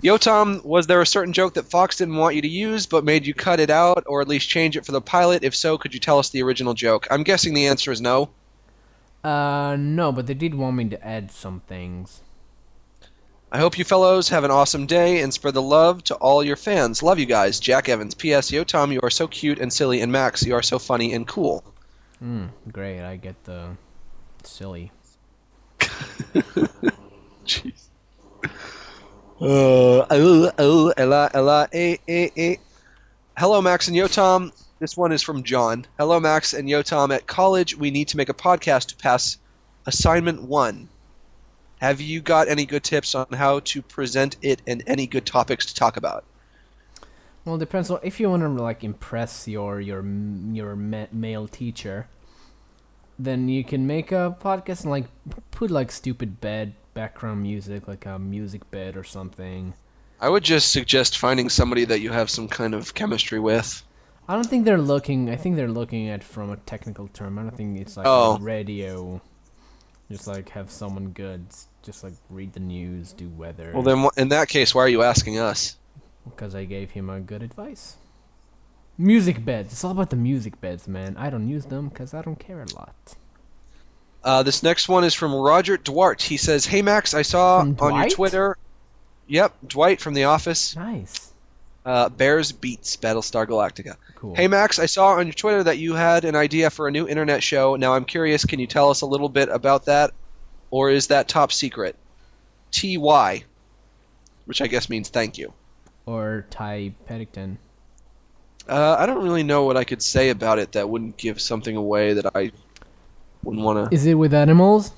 S2: Yo, Tom, was there a certain joke that Fox didn't want you to use, but made you cut it out, or at least change it for the pilot? If so, could you tell us the original joke? I'm guessing the answer is no.
S1: Good. Uh, no, but they did want me to add some things.
S2: I hope you fellows have an awesome day and spread the love to all your fans. Love you guys. Jack Evans. P.S. Yo, Tom, you are so cute and silly, and Max, you are so funny and cool.
S1: Mm, great. I get the silly.
S2: Jeez. Uh, oh, oh, ella, ella, eh, eh, eh. Hello, Max and Yo, Tom. This one is from John. Hello, Max and Yo, Tom. At college, we need to make a podcast to pass assignment one. Have you got any good tips on how to present it and any good topics to talk about?
S1: Well, it depends on if you want to like impress your your your ma- male teacher. Then you can make a podcast and like put like stupid bed background music, like a music bed or something.
S2: I would just suggest finding somebody that you have some kind of chemistry with.
S1: I don't think they're looking. I think they're looking at from a technical term. I don't think it's like
S2: Oh.
S1: a radio. Just like have someone good. s- Just like read the news, do weather.
S2: Well, then wh- in that case, why are you asking us?
S1: because I gave him a good advice. Music beds. It's all about the music beds, man. I don't use them because I don't care a lot.
S2: Uh, this next one is from Roger Duarte. He says, "Hey Max, I saw
S1: From
S2: on your
S1: Dwight?
S2: Twitter." Yep, Dwight from The Office.
S1: Nice.
S2: Uh, Bears beats Battlestar Galactica.
S1: Cool.
S2: Hey Max, I saw on your Twitter that you had an idea for a new internet show. Now I'm curious, can you tell us a little bit about that, or is that top secret? Ty, which I guess means thank you.
S1: or Ty Peddington.
S2: Uh, I don't really know what I could say about it that wouldn't give something away that I wouldn't want to.
S1: Is it with animals?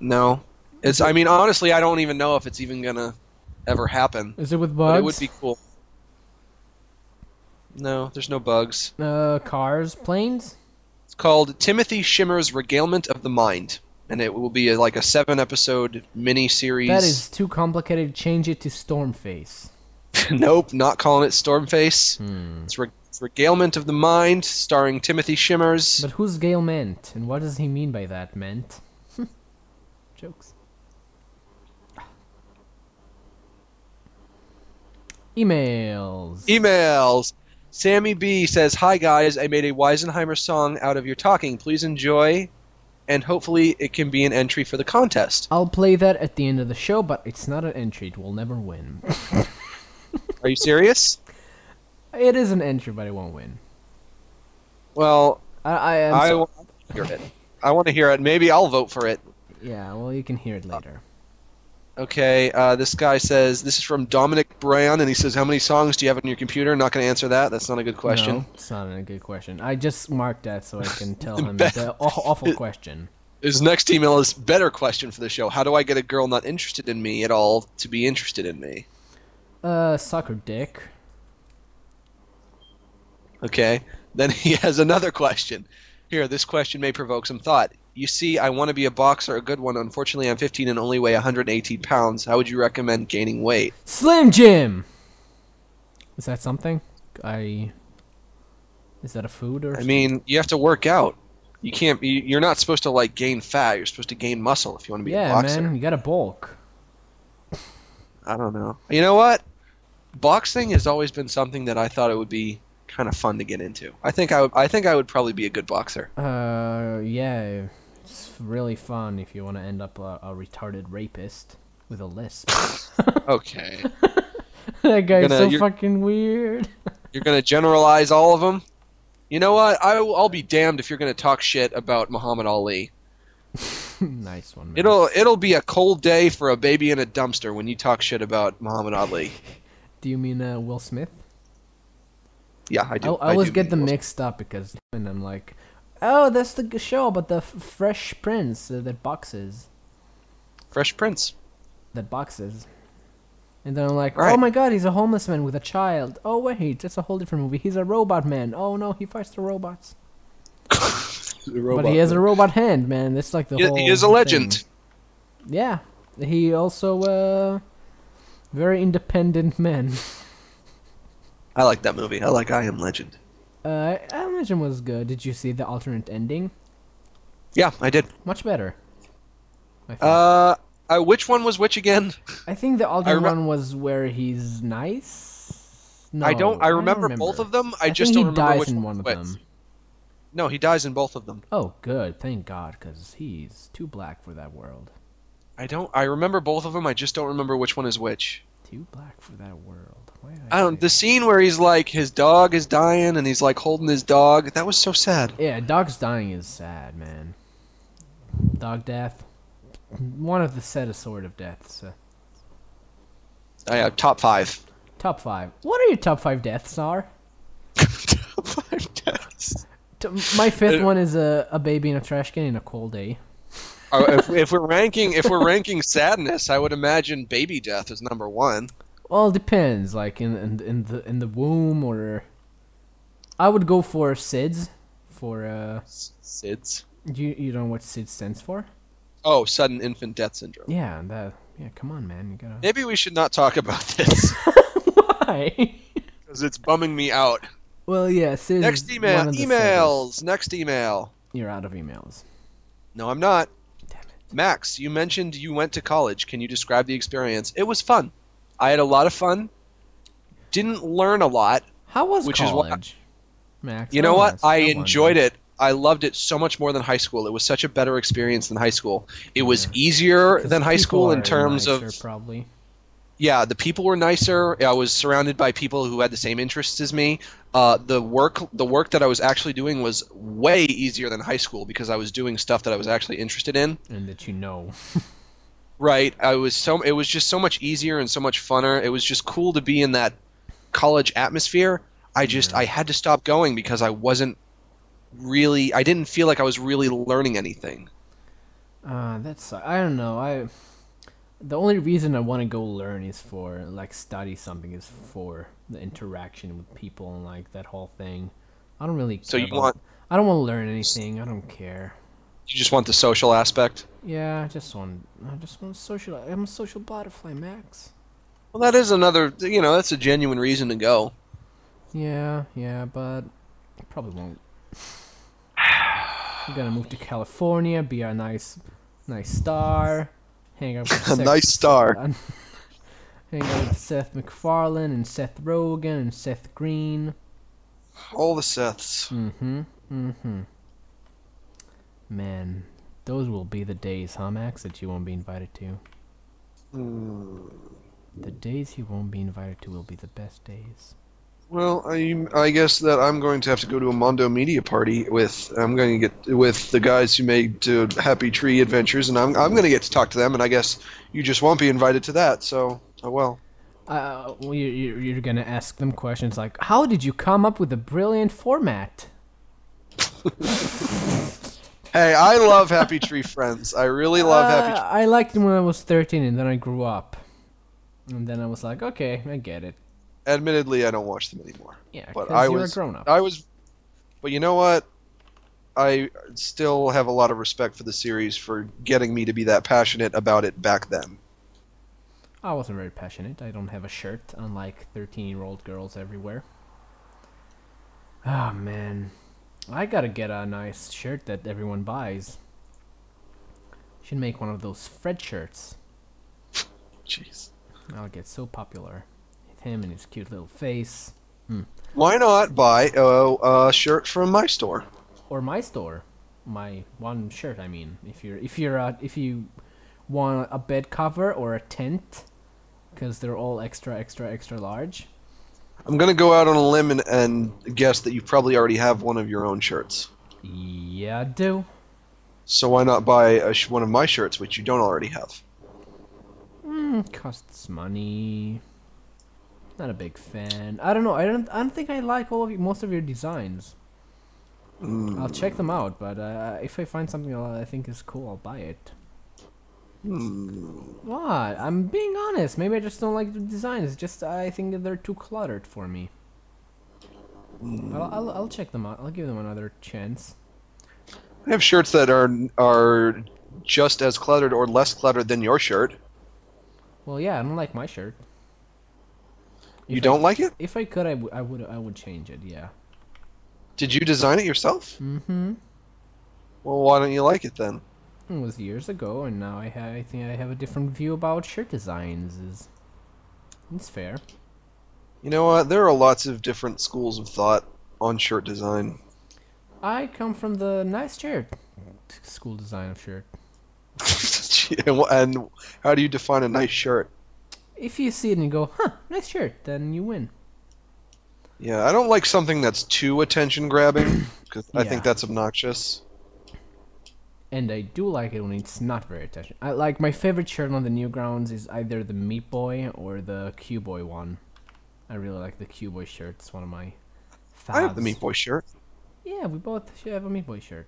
S2: No, it's. I mean, honestly, I don't even know if it's even gonna ever happen.
S1: Is it with
S2: But
S1: bugs?
S2: it would be cool. No, there's no bugs.
S1: Uh, cars, planes.
S2: It's called Timothy Shimmer's Regalement of the Mind, and it will be a, like a seven-episode mini series.
S1: That is too complicated. Change it to Stormface.
S2: *laughs* nope, not calling it Stormface.
S1: Hmm.
S2: It's Re- Regalement of the Mind, starring Timothy Shimmers.
S1: But who's Gale meant, and what does he mean by that meant? *laughs* Jokes. Emails.
S2: Emails. Sammy B says, "Hi guys, I made a Weisenheimer song out of your talking. Please enjoy, and hopefully it can be an entry for the contest."
S1: I'll play that at the end of the show, but it's not an entry. It will never win.
S2: Are you serious?
S1: It is an entry, but it won't win.
S2: Well,
S1: I, I am.
S2: I
S1: so-
S2: want to hear it. I want to hear it. Maybe I'll vote for it.
S1: yeah. Well, you can hear it later.
S2: Okay, uh, this guy says this is from Dominic Brown, and he says, "How many songs do you have on your computer?" Not going to answer that. That's not a good question.
S1: No, it's not a good question. I just marked that so I
S2: *laughs*
S1: can tell
S2: The
S1: him
S2: best-
S1: it's an aw-
S2: *laughs*
S1: awful question.
S2: His next email is better question for the show. How do I get a girl not interested in me at all to be interested in me?
S1: Uh, sucker dick.
S2: Okay. Then he *laughs* has another question. Here, this question may provoke some thought. You see, I want to be a boxer, a good one. Unfortunately, I'm 15 and only weigh 118 pounds. How would you recommend gaining weight?
S1: Slim Jim. Is that something? I. Is that a food or?
S2: I mean, you have to work out. You can't. you- You're not supposed to like gain fat. You're supposed to gain muscle if you want to be a
S1: yeah,
S2: boxer.
S1: man, you gotta bulk.
S2: I don't know. You know what? Boxing has always been something that I thought it would be kind of fun to get into. I think I would. I think I would probably be a good boxer.
S1: Uh, yeah, it's really fun if you want to end up a, a retarded rapist with a lisp. *laughs*
S2: Okay.
S1: that guy's
S2: Gonna-
S1: so
S2: you're-
S1: fucking weird.
S2: *laughs*
S1: *laughs*
S2: You're going to generalize all of them? You know what? I, will be damned if you're going to talk shit about Muhammad Ali.
S1: nice one. Man.
S2: It'll it'll be a cold day for a baby in a dumpster when you talk shit about Muhammad Ali.
S1: Do you mean uh, Will Smith?
S2: Yeah, I
S1: I,
S2: do.
S1: I always
S2: do
S1: get them
S2: mean-
S1: mixed up because and I'm like, oh, that's the g- show about the f- Fresh Prince uh, that boxes, *laughs*
S2: Fresh Prince.
S1: that boxes, and then I'm like, oh
S2: Right.
S1: my god, he's a homeless man with a child. Oh wait, that's a whole different movie. He's a robot man. Oh no, he fights the robots, but he has a robot hand, man. That's like the
S2: He-
S1: whole.
S2: he is a
S1: thing.
S2: legend.
S1: Yeah, he also uh, very independent *laughs* man.
S2: I like that movie. I like I Am Legend.
S1: Uh, I imagine was good. Did you see the alternate ending?
S2: Yeah, I did.
S1: Much better. I think.
S2: Uh, uh, which one was which again?
S1: I think the alternate
S2: rem-
S1: one was where he's nice. No,
S2: I don't. I remember, both of them. I, just
S1: think
S2: don't
S1: he
S2: remember
S1: dies
S2: which
S1: in
S2: one
S1: one of
S2: was
S1: them.
S2: which. No, he dies in both of them.
S1: Oh, good. Thank God, because he's too black for that world.
S2: I don't. I remember both of them. I just don't remember which one is which.
S1: Too black for that world. Why did
S2: I don't.
S1: say
S2: The scene where he's like his dog is dying and he's like holding his dog. That was so sad.
S1: that? Yeah, dogs dying is sad, man. Dog death. One of the set sort of deaths. uh,
S2: I have top five. *laughs*
S1: top five. What are your top five deaths are?
S2: top five deaths.
S1: T- my
S2: Uh,
S1: fifth one is a, a baby in a trash can in a cold day.
S2: Oh, if, if we're ranking, if we're *laughs* ranking sadness, I would imagine baby death is number one.
S1: Well, it depends. Like in in, in the in the womb or. I would go for SIDS. For uh,
S2: SIDS.
S1: you you don't know what SIDS stands for?
S2: Oh, sudden infant death syndrome.
S1: Yeah, that. Yeah, come on, man. You gotta.
S2: *laughs* Maybe we should not talk about this
S1: Why?
S2: because it's bumming me out.
S1: well, yeah, SIDS.
S2: Next
S1: is
S2: email.
S1: one of the
S2: Emails. Next email.
S1: saddest. You're out of emails.
S2: No, I'm not.
S1: Damn it.
S2: Max, you mentioned you went to college. Can you describe the experience? It was fun. I had a lot of fun. Didn't learn a lot.
S1: How was
S2: Which is why-
S1: college, Max?
S2: You know
S1: Come
S2: what?
S1: on,
S2: I
S1: come on,
S2: enjoyed
S1: man.
S2: it. I loved it so much more than high school. It was such a better experience than high school. It was easier
S1: 'Cause
S2: than high
S1: people
S2: school in
S1: are
S2: terms of
S1: nicer, probably.
S2: yeah, the people were nicer. I was surrounded by people who had the same interests as me. Uh, the work, the work that I was actually doing was way easier than high school because I was doing stuff that I was actually interested in.
S1: and that you know.
S2: Right. I was so it was just so much easier and so much funner. It was just cool to be in that college atmosphere. I just I had to stop going because I wasn't really I didn't feel like I was really learning anything.
S1: Uh, that's I don't know. I the only reason I want to go learn is for like study something is for the interaction with people and like that whole thing. I don't really. Care
S2: So you
S1: about-
S2: want-
S1: I don't want to learn anything. I don't care.
S2: You just want the social aspect.
S1: Yeah, I just want. I just want social. I'm a social butterfly, Max.
S2: Well, that is another, you know, that's a genuine reason to go.
S1: Yeah, yeah, but I probably won't. I'm gonna move to California, be a nice, nice star, hang out
S2: *laughs*
S1: with
S2: A
S1: Seth-
S2: nice star.
S1: *laughs* hang out with Seth MacFarlane and Seth Rogen and Seth Green.
S2: All the Seths.
S1: Mm-hmm. Mm-hmm. Man, those will be the days, huh, Max, that you won't be invited to. The days you won't be invited to will be the best days.
S2: Well, I I guess that I'm going to have to go to a Mondo Media party with I'm going to get with the guys who made uh, Happy Tree Adventures, and I'm I'm going to get to talk to them, and I guess you just won't be invited to that. So oh well.
S1: Uh, well, you, you, you're gonna ask them questions like, "How did you come up with a brilliant format?"
S2: Hey, I love Happy Tree Friends. I really love Happy.
S1: Uh, I liked it when I was 13, and then I grew up, and then I was like, "Okay, I get it."
S2: Tree. Admittedly, I don't watch them anymore.
S1: Yeah,
S2: But
S1: because
S2: I
S1: you're a
S2: was
S1: grown up.
S2: I was, but you know what? I still have a lot of respect for the series for getting me to be that passionate about it back then.
S1: I wasn't very passionate. I don't have a shirt, unlike 13-year-old girls everywhere. Oh man, I gotta get a nice shirt that everyone buys. Should make one of those Fred shirts.
S2: Jeez.
S1: I'll get so popular. Him and his cute little face.
S2: Why not buy a, a shirt from my store?
S1: or my store, my one shirt. I mean, if you're if you're uh, if you want a bed cover or a tent, because they're all extra extra extra large.
S2: I'm gonna go out on a limb and, and guess that you probably already have one of your own shirts.
S1: Yeah, I do.
S2: So why not buy a sh- one of my shirts, which you don't already have?
S1: Mm, costs money. Not a big fan. I don't know. I don't. I don't think I like all of you, most of your designs.
S2: Hmm.
S1: I'll check them out, but uh, if I find something I I think is cool, I'll buy it. What? I'm being honest. Maybe I just don't like the designs. Just I think that they're too cluttered for me. But I'll, I'll, I'll check them out. I'll give them another chance.
S2: I have shirts that are are just as cluttered or less cluttered than your shirt.
S1: Well, yeah, I don't like my shirt.
S2: You
S1: If I-
S2: don't like it?
S1: If I could, I, w- I would. I would change it. Yeah.
S2: Did you design it yourself?
S1: Mm-hmm.
S2: Well, why don't you like it then?
S1: It was years ago, and now I, ha- I think I have a different view about shirt designs. Is it's fair?
S2: You know what? There are lots of different schools of thought on shirt design. *laughs*
S1: I come from the nice shirt school design of shirt.
S2: and, wh- and how do you define a nice shirt?
S1: If you see it and you go, huh, nice shirt, then you win.
S2: Yeah, I don't like something that's too attention grabbing because I
S1: Yeah.
S2: think that's obnoxious.
S1: And I do like it when it's not very attention. I like my favorite shirt on the Newgrounds is either the Meat Boy or the Q Boy one. I really like the Q Boy shirt. It's one of my. Fads.
S2: I have the Meat Boy shirt. *laughs*
S1: Yeah, we both should have a Meat Boy shirt.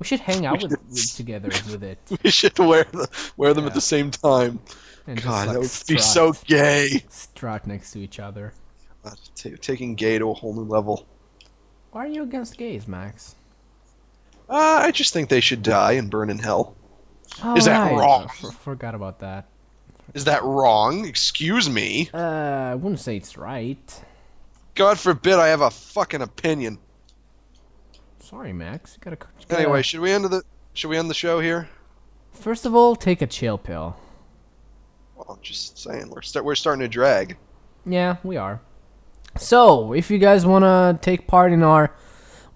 S1: We should hang out with, with together with it.
S2: We should wear the, wear them at
S1: Yeah.
S2: the same time.
S1: And just,
S2: God,
S1: like,
S2: that would be
S1: strut-
S2: so gay.
S1: strut next to each other.
S2: God, ta taking gay to a whole new level.
S1: Why are you against gays, Max?
S2: Uh, I just think they should die and burn in hell.
S1: Oh,
S2: Is that wrong?
S1: I f- forgot about that.
S2: Is that wrong? Excuse me.
S1: Uh, I wouldn't say it's right.
S2: God forbid I have a fucking opinion.
S1: Sorry, Max. You gotta, you gotta-
S2: Anyway, should we end the should we end the show here?
S1: first of all, take a chill pill.
S2: Well, I'm just saying we're start, we're starting to drag.
S1: Yeah, we are. So, if you guys want to take part in our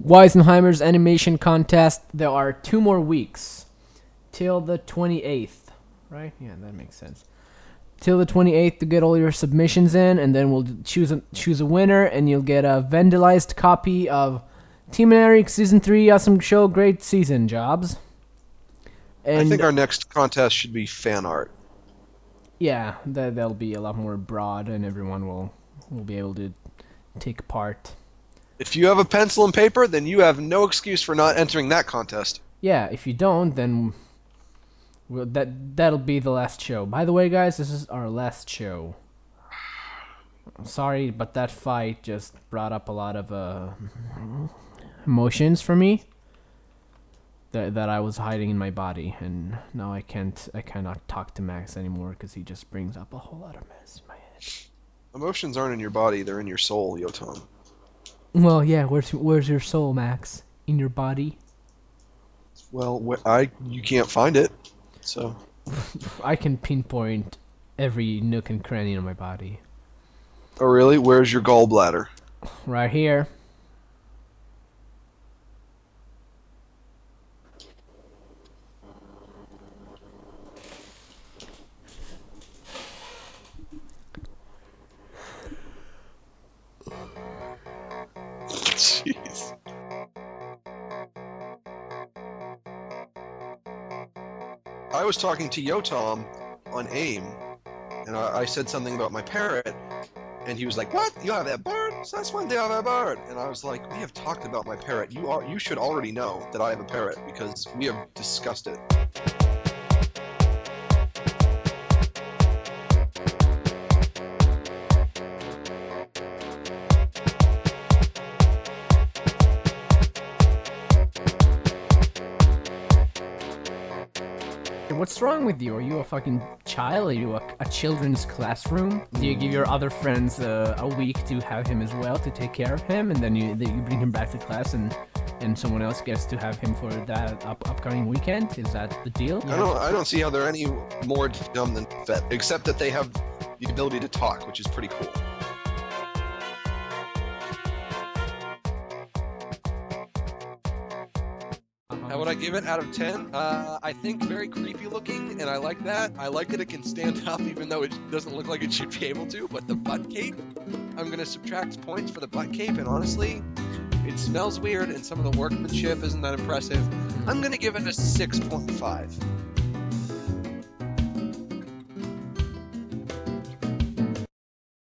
S1: Weisenheimer's animation contest, there are two more weeks till the 28th, right? Yeah, that makes sense. Till the 28th to get all your submissions in, and then we'll d- choose a, choose a winner, and you'll get a vandalized copy of Team and Eric Season 3 Awesome Show Great Season Jobs. And
S2: I think our next contest should be fan art.
S1: yeah, that that'll be a lot more broad, and everyone will will be able to take part.
S2: If you have a pencil and paper, then you have no excuse for not entering that contest.
S1: Yeah, if you don't, then we'll, that that'll be the last show. By the way, guys, this is our last show. I'm sorry, but that fight just brought up a lot of uh, emotions for me that that I was hiding in my body, and now I can't I cannot talk to Max anymore because he just brings up a whole lot of mess in my head.
S2: Emotions aren't in your body; they're in your soul, Yotam.
S1: Well, yeah. Where's where's your soul, Max? In your body?
S2: Well, wh- I you can't find it, so
S1: I can pinpoint every nook and cranny in my body.
S2: Oh, really? Where's your gallbladder? *laughs*
S1: Right here.
S2: Jeez. I was talking to Yotam on AIM, and I, I said something about my parrot, and he was like, "What? You have a bird? So that's one thing I have a bird." And I was like, "We have talked about my parrot. You are you should already know that I have a parrot because we have discussed it."
S1: Hey, What's wrong with you? Are you a fucking child? Are you a, a children's classroom? Do you give your other friends uh, a week to have him as well to take care of him, and then you then you bring him back to class, and and someone else gets to have him for that up, upcoming weekend? Is that the deal?
S2: I don't I don't see how they're any more dumb than Fett, except that they have the ability to talk, which is pretty cool.
S1: Uh-huh.
S2: How would I give it out of 10? Uh, I think very creepy looking, and I like that. I like that it can stand *laughs* up even though it doesn't look like it should be able to, but the butt cape, I'm going to subtract points for the butt cape, and honestly, it smells weird, and some of the workmanship isn't that impressive. I'm going to give it a 6.5.